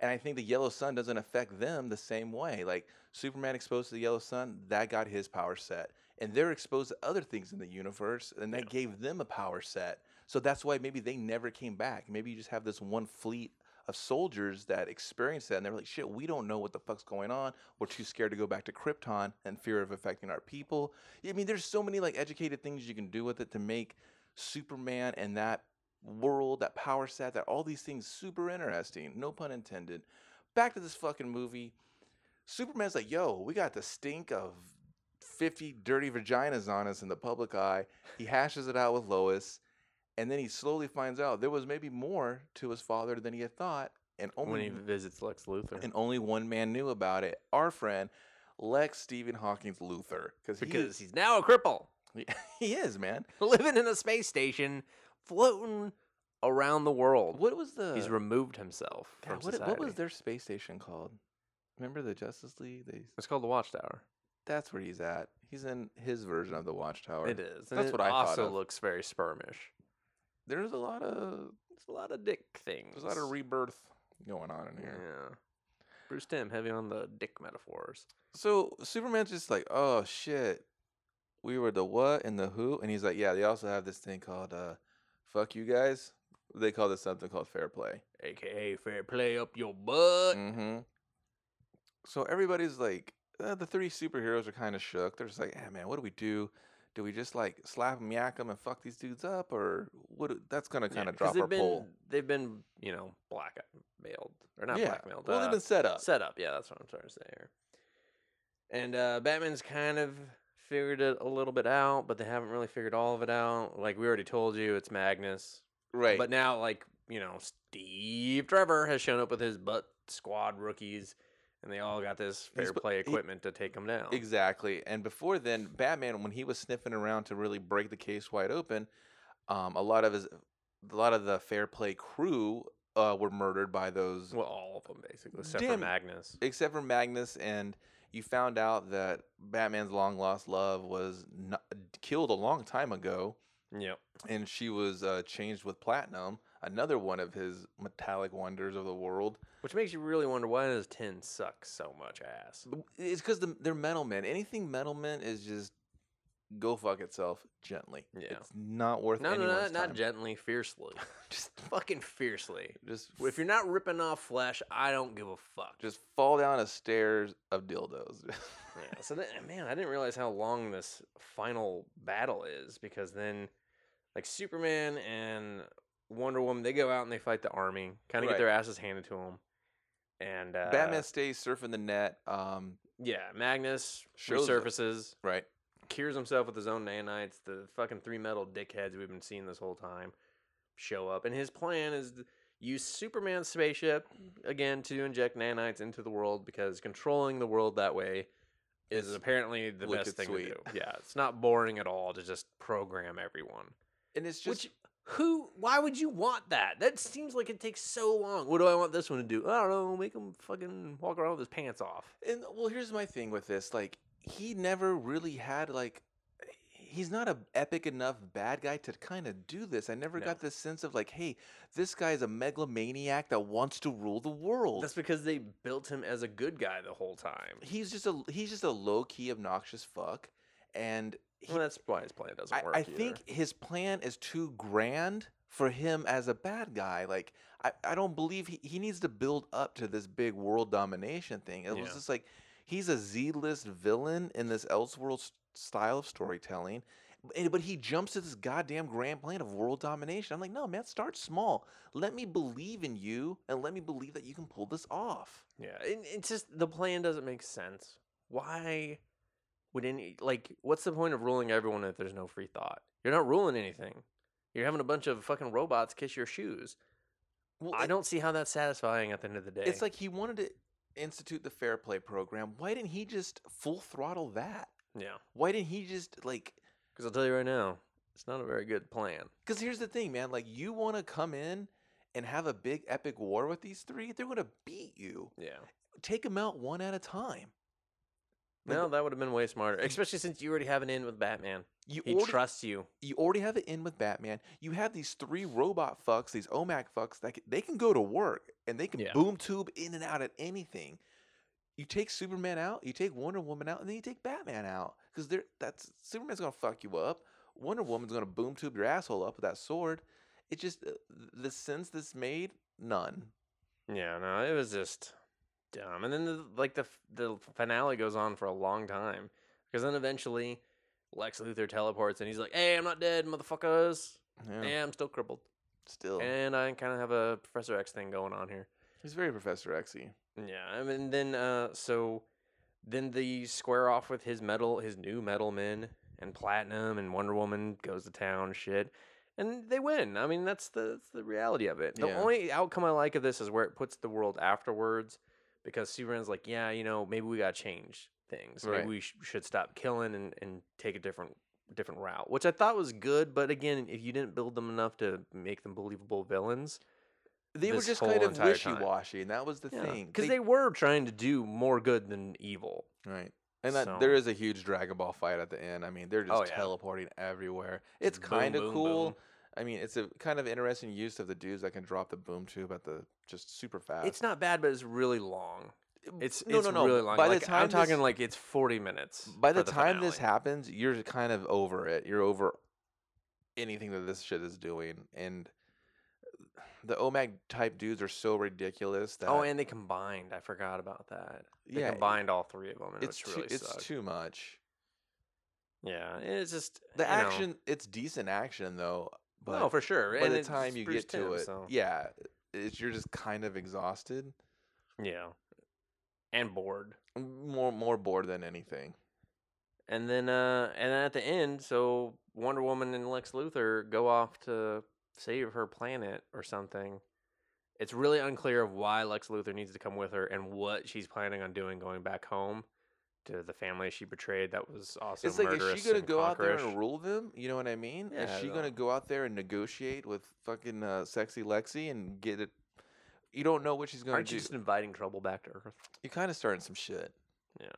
Speaker 5: and i think the yellow sun doesn't affect them the same way like superman exposed to the yellow sun that got his power set and they're exposed to other things in the universe and that gave them a power set so that's why maybe they never came back maybe you just have this one fleet of soldiers that experienced that and they're like shit we don't know what the fuck's going on we're too scared to go back to krypton and fear of affecting our people i mean there's so many like educated things you can do with it to make superman and that world that power set that all these things super interesting no pun intended back to this fucking movie superman's like yo we got the stink of 50 dirty vaginas on us in the public eye he hashes it out with lois and then he slowly finds out there was maybe more to his father than he had thought and only
Speaker 6: when he visits lex luthor
Speaker 5: and only one man knew about it. Our friend, Lex Stephen Hawking's Luther, because
Speaker 6: because he's now a cripple
Speaker 5: he, he is man.
Speaker 6: living in a space station, floating around the world.
Speaker 5: What was the
Speaker 6: He's removed himself
Speaker 5: God,
Speaker 6: from
Speaker 5: what,
Speaker 6: society.
Speaker 5: what was their space station called? Remember the Justice League? They
Speaker 6: It's called the Watchtower.
Speaker 5: That's where he's at. He's in his version of the watchtower.
Speaker 6: It is. and
Speaker 5: That's
Speaker 6: it
Speaker 5: what I thought
Speaker 6: also
Speaker 5: of.
Speaker 6: looks very spermish.
Speaker 5: There's a lot of
Speaker 6: There's a lot of dick things.
Speaker 5: there's a lot of rebirth going on in
Speaker 6: yeah.
Speaker 5: here.
Speaker 6: Bruce Tim heavy on the dick metaphors.
Speaker 5: So Superman's just like, oh shit, we were the what and the who, and he's like, yeah, they also have this thing called uh, fuck you guys. They call this something called fair play.
Speaker 6: AKA fair play up your butt.
Speaker 5: Mm-hmm. So everybody's like, uh, the three superheroes are kind of shook. They're just like, eh, man, what do we do? Do we just like slap them, yak them, and fuck these dudes up, or what? do- That's gonna kind of drop
Speaker 6: they've
Speaker 5: our
Speaker 6: been,
Speaker 5: poll.
Speaker 6: They've been, you know, blackmailed. Or not
Speaker 5: yeah.
Speaker 6: blackmailed.
Speaker 5: Well,
Speaker 6: uh,
Speaker 5: they've been set up.
Speaker 6: set up. Yeah, that's what I'm trying to say here. And uh, Batman's kind of figured it a little bit out, but they haven't really figured all of it out. Like we already told you, it's Magnus.
Speaker 5: right.
Speaker 6: But now, like you know, Steve Trevor has shown up with his butt squad rookies, and they all got this
Speaker 5: He's
Speaker 6: fair
Speaker 5: bu-
Speaker 6: play
Speaker 5: he-
Speaker 6: equipment to take him down.
Speaker 5: Exactly. And before then, Batman, when he was sniffing around to really break the case wide open, um, a lot of his, a lot of the fair play crew uh, were murdered by those,
Speaker 6: Well, all of them basically, except for
Speaker 5: Damn-
Speaker 6: Magnus.
Speaker 5: except for Magnus. And you found out that Batman's long lost love was not, killed a long time ago,
Speaker 6: Yep.
Speaker 5: and she was uh, changed with platinum, another one of his metallic wonders of the world.
Speaker 6: Which makes you really wonder why does tin suck so much ass?
Speaker 5: It's because the, they're metal men. Anything metal men is just go fuck itself gently.
Speaker 6: Yeah.
Speaker 5: It's not worth
Speaker 6: No, no,
Speaker 5: anyone's
Speaker 6: no, not
Speaker 5: time.
Speaker 6: gently, fiercely, just fucking fiercely.
Speaker 5: Just
Speaker 6: If you're not ripping off flesh, I don't give a fuck.
Speaker 5: just fall down a stairs of dildos.
Speaker 6: yeah. So then, man, I didn't realize how long this final battle is because then, like Superman and Wonder Woman, they go out and they fight the army, kind of
Speaker 5: Right.
Speaker 6: get their asses handed to them. And uh,
Speaker 5: Batman stays surfing the net. Um,
Speaker 6: yeah, Magnus
Speaker 5: Shows up.
Speaker 6: resurfaces,
Speaker 5: right.
Speaker 6: cures himself with his own nanites. The fucking three metal dickheads we've been seeing this whole time show up, and his plan is to use Superman's spaceship again to inject nanites into the world because controlling the world that way is
Speaker 5: It's
Speaker 6: apparently the
Speaker 5: wicked
Speaker 6: best thing
Speaker 5: sweet.
Speaker 6: to do. Yeah, it's not boring at all to just program everyone.
Speaker 5: And it's just
Speaker 6: Which who? Why would you want that? That seems like it takes so long. What do I want this one to do? I don't know. Make him fucking walk around with his pants off.
Speaker 5: and well, here's my thing with this. Like he never really had like he's not a epic enough bad guy to kind of do this. I never
Speaker 6: No.
Speaker 5: got this sense of like, hey, this guy's a megalomaniac that wants to rule the world.
Speaker 6: That's because they built him as a good guy the whole time.
Speaker 5: he's just a he's just a low key obnoxious fuck, and he
Speaker 6: well, that's why his plan doesn't
Speaker 5: I,
Speaker 6: work.
Speaker 5: I
Speaker 6: either.
Speaker 5: think his plan is too grand for him as a bad guy. Like I, I don't believe he, he needs to build up to this big world domination thing. It was
Speaker 6: Yeah.
Speaker 5: just like he's a Z list villain in this Elseworld s- style of storytelling. and- But he jumps to this goddamn grand plan of world domination. I'm like, no, man, start small. Let me believe in you and let me believe that you can pull this off.
Speaker 6: Yeah, it, it's just the plan doesn't make sense. Why would any like? What's the point of ruling everyone if there's no free thought? You're not ruling anything. You're having a bunch of fucking robots kiss your shoes.
Speaker 5: Well,
Speaker 6: I
Speaker 5: it-
Speaker 6: don't see how that's satisfying at the end of the day.
Speaker 5: It's like he wanted to institute the fair play program. Why didn't he just full throttle that?
Speaker 6: yeah,
Speaker 5: Why didn't he just like?
Speaker 6: because I'll tell you right now, it's not a very good plan.
Speaker 5: Because here's the thing, man. Like, you want to come in and have a big epic war with these three? They're gonna beat you.
Speaker 6: Yeah,
Speaker 5: Take them out one at a time. Like,
Speaker 6: no, that would have been way smarter, especially since you already have an in with Batman.
Speaker 5: You
Speaker 6: He
Speaker 5: already,
Speaker 6: trusts you.
Speaker 5: you already have it in with Batman. You have these three robot fucks, these OMAC fucks that c- they can go to work and they can
Speaker 6: Yeah.
Speaker 5: boom tube in and out at anything. You take Superman out, you take Wonder Woman out, and then you take Batman out because they're that's Superman's gonna fuck you up. Wonder Woman's gonna boom tube your asshole up with that sword. It just uh, th- the sense this made none.
Speaker 6: Yeah, no, it was just dumb. And then the, like the f- the finale goes on for a long time because then eventually Lex Luthor teleports and he's like, "Hey, I'm not dead, motherfuckers.
Speaker 5: Yeah,
Speaker 6: Yeah, I'm still crippled,
Speaker 5: still,
Speaker 6: and I kind of have a Professor X thing going on here."
Speaker 5: he's very Professor Xy.
Speaker 6: Yeah, I mean, then uh, so then they square off with his metal, his new metal men, and Platinum and Wonder Woman goes to town, shit, and they win. I mean, that's the that's the reality of it. The
Speaker 5: Yeah.
Speaker 6: only outcome I like of this is where it puts the world afterwards, because Superman's like, yeah, you know, maybe we gotta change things.
Speaker 5: Right.
Speaker 6: Maybe we sh- should stop killing and and take a different different route, which I thought was good. But again, if you didn't build them enough to make them believable villains,
Speaker 5: They were
Speaker 6: This
Speaker 5: just
Speaker 6: whole
Speaker 5: kind of
Speaker 6: entire time.
Speaker 5: wishy washy, and that was the thing.
Speaker 6: because they were trying to do more good than evil.
Speaker 5: right. And that, there
Speaker 6: So-
Speaker 5: is a huge Dragon Ball fight at the end. I mean, they're just
Speaker 6: Oh, yeah.
Speaker 5: teleporting everywhere. It's
Speaker 6: Boom,
Speaker 5: kind of
Speaker 6: boom,
Speaker 5: cool.
Speaker 6: boom.
Speaker 5: I mean, it's a kind of interesting use of the dudes that can drop the boom tube at the just super fast. Mm,
Speaker 6: It's not bad, but it's really long. It's
Speaker 5: no,
Speaker 6: it's
Speaker 5: no, no.
Speaker 6: really long.
Speaker 5: By the
Speaker 6: Like,
Speaker 5: time
Speaker 6: I'm
Speaker 5: this-
Speaker 6: talking, like it's 40 minutes.
Speaker 5: By
Speaker 6: for
Speaker 5: the, time this
Speaker 6: finale.
Speaker 5: happens, you're kind of over it. You're over anything that this shit is doing, and the OMAG type dudes are so ridiculous that
Speaker 6: oh, and they combined. I forgot about that. They
Speaker 5: Yeah, it-
Speaker 6: combined all three of them, and
Speaker 5: it's
Speaker 6: which really
Speaker 5: too, it's
Speaker 6: sucked.
Speaker 5: too much.
Speaker 6: Yeah, it's just
Speaker 5: The
Speaker 6: you know,
Speaker 5: action, it's decent action though, but
Speaker 6: no, for sure.
Speaker 5: by
Speaker 6: and
Speaker 5: the
Speaker 6: it's
Speaker 5: time you
Speaker 6: Bruce
Speaker 5: get to
Speaker 6: Timm,
Speaker 5: it,
Speaker 6: so-
Speaker 5: yeah, it's, you're just kind of exhausted,
Speaker 6: yeah, and bored.
Speaker 5: more more bored than anything.
Speaker 6: And then, uh, and then at the end, so Wonder Woman and Lex Luthor go off to save her planet or something. It's really unclear of why Lex Luthor needs to come with her and what she's planning on doing going back home to the family she betrayed. That was also
Speaker 5: it's like, is
Speaker 6: murderous
Speaker 5: she gonna
Speaker 6: and
Speaker 5: go out there and
Speaker 6: conquerorish.
Speaker 5: rule them? You know what I mean?
Speaker 6: Yeah,
Speaker 5: is she
Speaker 6: though.
Speaker 5: gonna go out there and negotiate with fucking uh, sexy Lexi and get it? You don't know what she's gonna
Speaker 6: Aren't
Speaker 5: do.
Speaker 6: you
Speaker 5: You,
Speaker 6: just inviting trouble back to Earth?
Speaker 5: kind of starting some shit.
Speaker 6: Yeah.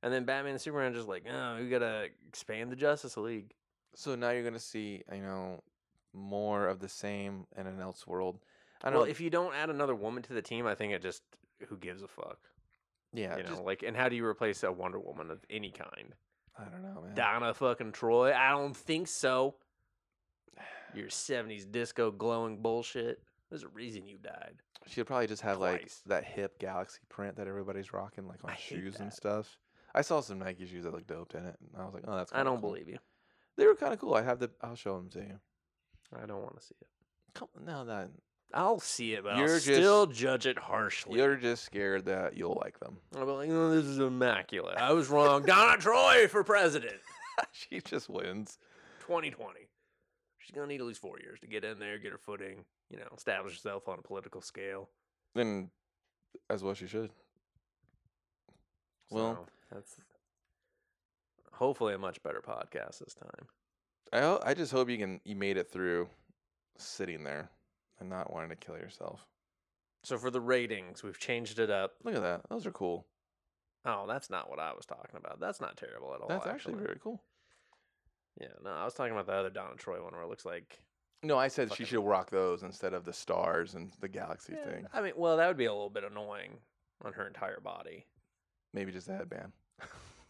Speaker 6: And then Batman and Superman are just like, no, we gotta expand the Justice League.
Speaker 5: So now you're gonna see, you know, more of the same in an else world. I don't
Speaker 6: well,
Speaker 5: know.
Speaker 6: if you don't add another woman to the team, I think it just who gives a fuck,
Speaker 5: yeah,
Speaker 6: you know?
Speaker 5: just-
Speaker 6: like, and how do you replace a Wonder Woman of any kind?
Speaker 5: I don't know, man.
Speaker 6: Donna fucking Troy? I don't think so. Your '70s disco glowing bullshit. There's a reason you died.
Speaker 5: She'd probably just have
Speaker 6: Twice.
Speaker 5: like that hip Galaxy print that everybody's rocking, like on
Speaker 6: I hate
Speaker 5: shoes and
Speaker 6: that.
Speaker 5: stuff. I saw some Nike shoes that looked dope in it, and I was like, "Oh, that's."
Speaker 6: I
Speaker 5: kinda
Speaker 6: don't
Speaker 5: cool.
Speaker 6: believe you.
Speaker 5: they were kind of cool. I have the. I'll show them to you.
Speaker 6: I don't want to see it.
Speaker 5: Come no, that
Speaker 6: I'll see it, but I'll
Speaker 5: You're just-
Speaker 6: still judge it harshly.
Speaker 5: you're just scared that you'll like them.
Speaker 6: I'll be like, oh, this is immaculate. I was wrong. Donna Troy for president.
Speaker 5: she just wins.
Speaker 6: 2020. She's gonna need at least four years to get in there, get her footing, you know, establish herself on a political scale.
Speaker 5: Then, as well, she should. Well,
Speaker 6: So, that's hopefully a much better podcast this time.
Speaker 5: I ho- I just hope you can you made it through sitting there and not wanting to kill yourself.
Speaker 6: So for the ratings, we've changed it up.
Speaker 5: Look at that; those are cool.
Speaker 6: Oh, that's not what I was talking about. That's not terrible at all.
Speaker 5: That's actually very cool.
Speaker 6: yeah. No, I was talking about the other Donna Troy one where it looks like
Speaker 5: No, I said she
Speaker 6: Fucking-
Speaker 5: should rock those instead of the stars and the galaxy
Speaker 6: Yeah,
Speaker 5: thing.
Speaker 6: eh, I mean, well, that would be a little bit annoying on her entire body.
Speaker 5: Maybe just a headband.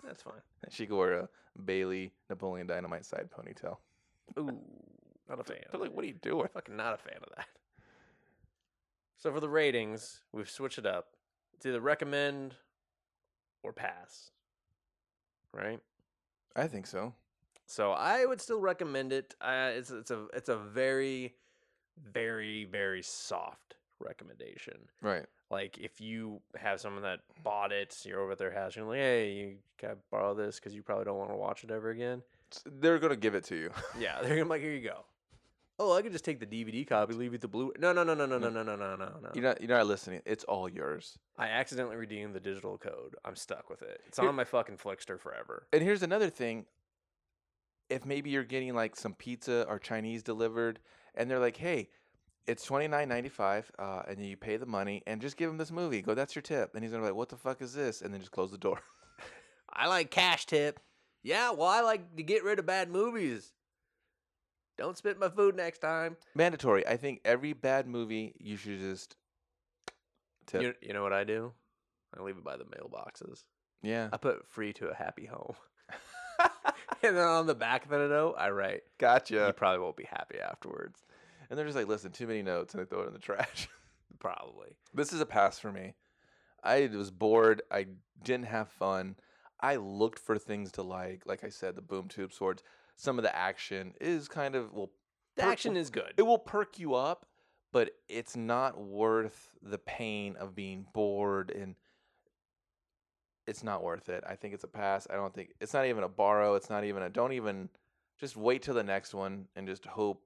Speaker 6: That's fine.
Speaker 5: she could wear a Bailey Napoleon Dynamite side ponytail.
Speaker 6: Ooh, not a fan.
Speaker 5: They're like, what are you doing?
Speaker 6: Fucking not a fan of that. So for the ratings, we've switched it up. It's either recommend or pass. Right?
Speaker 5: I think so.
Speaker 6: So I would still recommend it. Uh, it's it's a it's a very, very, very soft recommendation.
Speaker 5: Right.
Speaker 6: Like if you have someone that bought it, you're over at their house, you're like, hey, you gotta borrow this because you probably don't want to watch it ever again.
Speaker 5: S- They're gonna give it to you.
Speaker 6: Yeah, they're gonna be like, here you go. Oh, I could just take the DVD copy, leave you the blue. No, no, no, no, no, no, no, no, no, no.
Speaker 5: You're not. You're not listening. It's all yours.
Speaker 6: I accidentally redeemed the digital code. I'm stuck with it. It's
Speaker 5: Here-
Speaker 6: on my fucking Flickster forever.
Speaker 5: And here's another thing. If maybe you're getting like some pizza or Chinese delivered, and they're like, "Hey, it's twenty nine ninety five, uh, and you pay the money, and just give him this movie. Go, that's your tip." And he's gonna be like, "What the fuck is this?" And then just close the door.
Speaker 6: I like cash tip. Yeah, well, I like to get rid of bad movies. Don't spit my food next time.
Speaker 5: Mandatory. I think every bad movie you should just tip.
Speaker 6: You, you know what I do? I leave it by the mailboxes.
Speaker 5: yeah,
Speaker 6: I put free to a happy home. and then on the back of the note, I write, you
Speaker 5: gotcha.
Speaker 6: probably won't be happy afterwards.
Speaker 5: And they're just like, "Listen, too many notes," and they throw it in the trash.
Speaker 6: Probably.
Speaker 5: This is a pass for me. I was bored. I didn't have fun. I looked for things to like. Like I said, the boom tube swords. Some of the action is kind of well.
Speaker 6: The
Speaker 5: per-
Speaker 6: action is good.
Speaker 5: It will perk you up, but it's not worth the pain of being bored and. It's not worth it. I think it's a pass. I don't think it's not even a borrow. It's not even a don't even. Just wait till the next one and just hope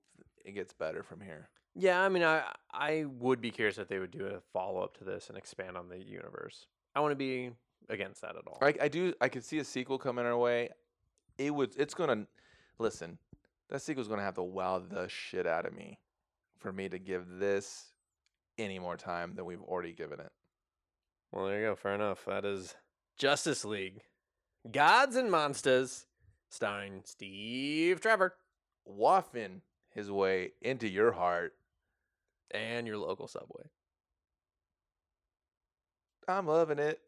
Speaker 5: it gets better from here.
Speaker 6: Yeah, I mean, I I would be curious if they would do a follow up to this and expand on the universe. I want to be against that at all.
Speaker 5: I, I do. I could see a sequel coming our way. It would. It's gonna. Listen, that sequel's gonna have to wow the shit out of me, for me to give this any more time than we've already given it.
Speaker 6: Well, there you go. Fair enough. That is Justice League Gods and Monsters, starring Steve Trevor
Speaker 5: Waffing his way into your heart.
Speaker 6: and your local subway.
Speaker 5: I'm loving it.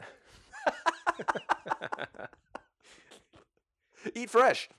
Speaker 5: Eat fresh.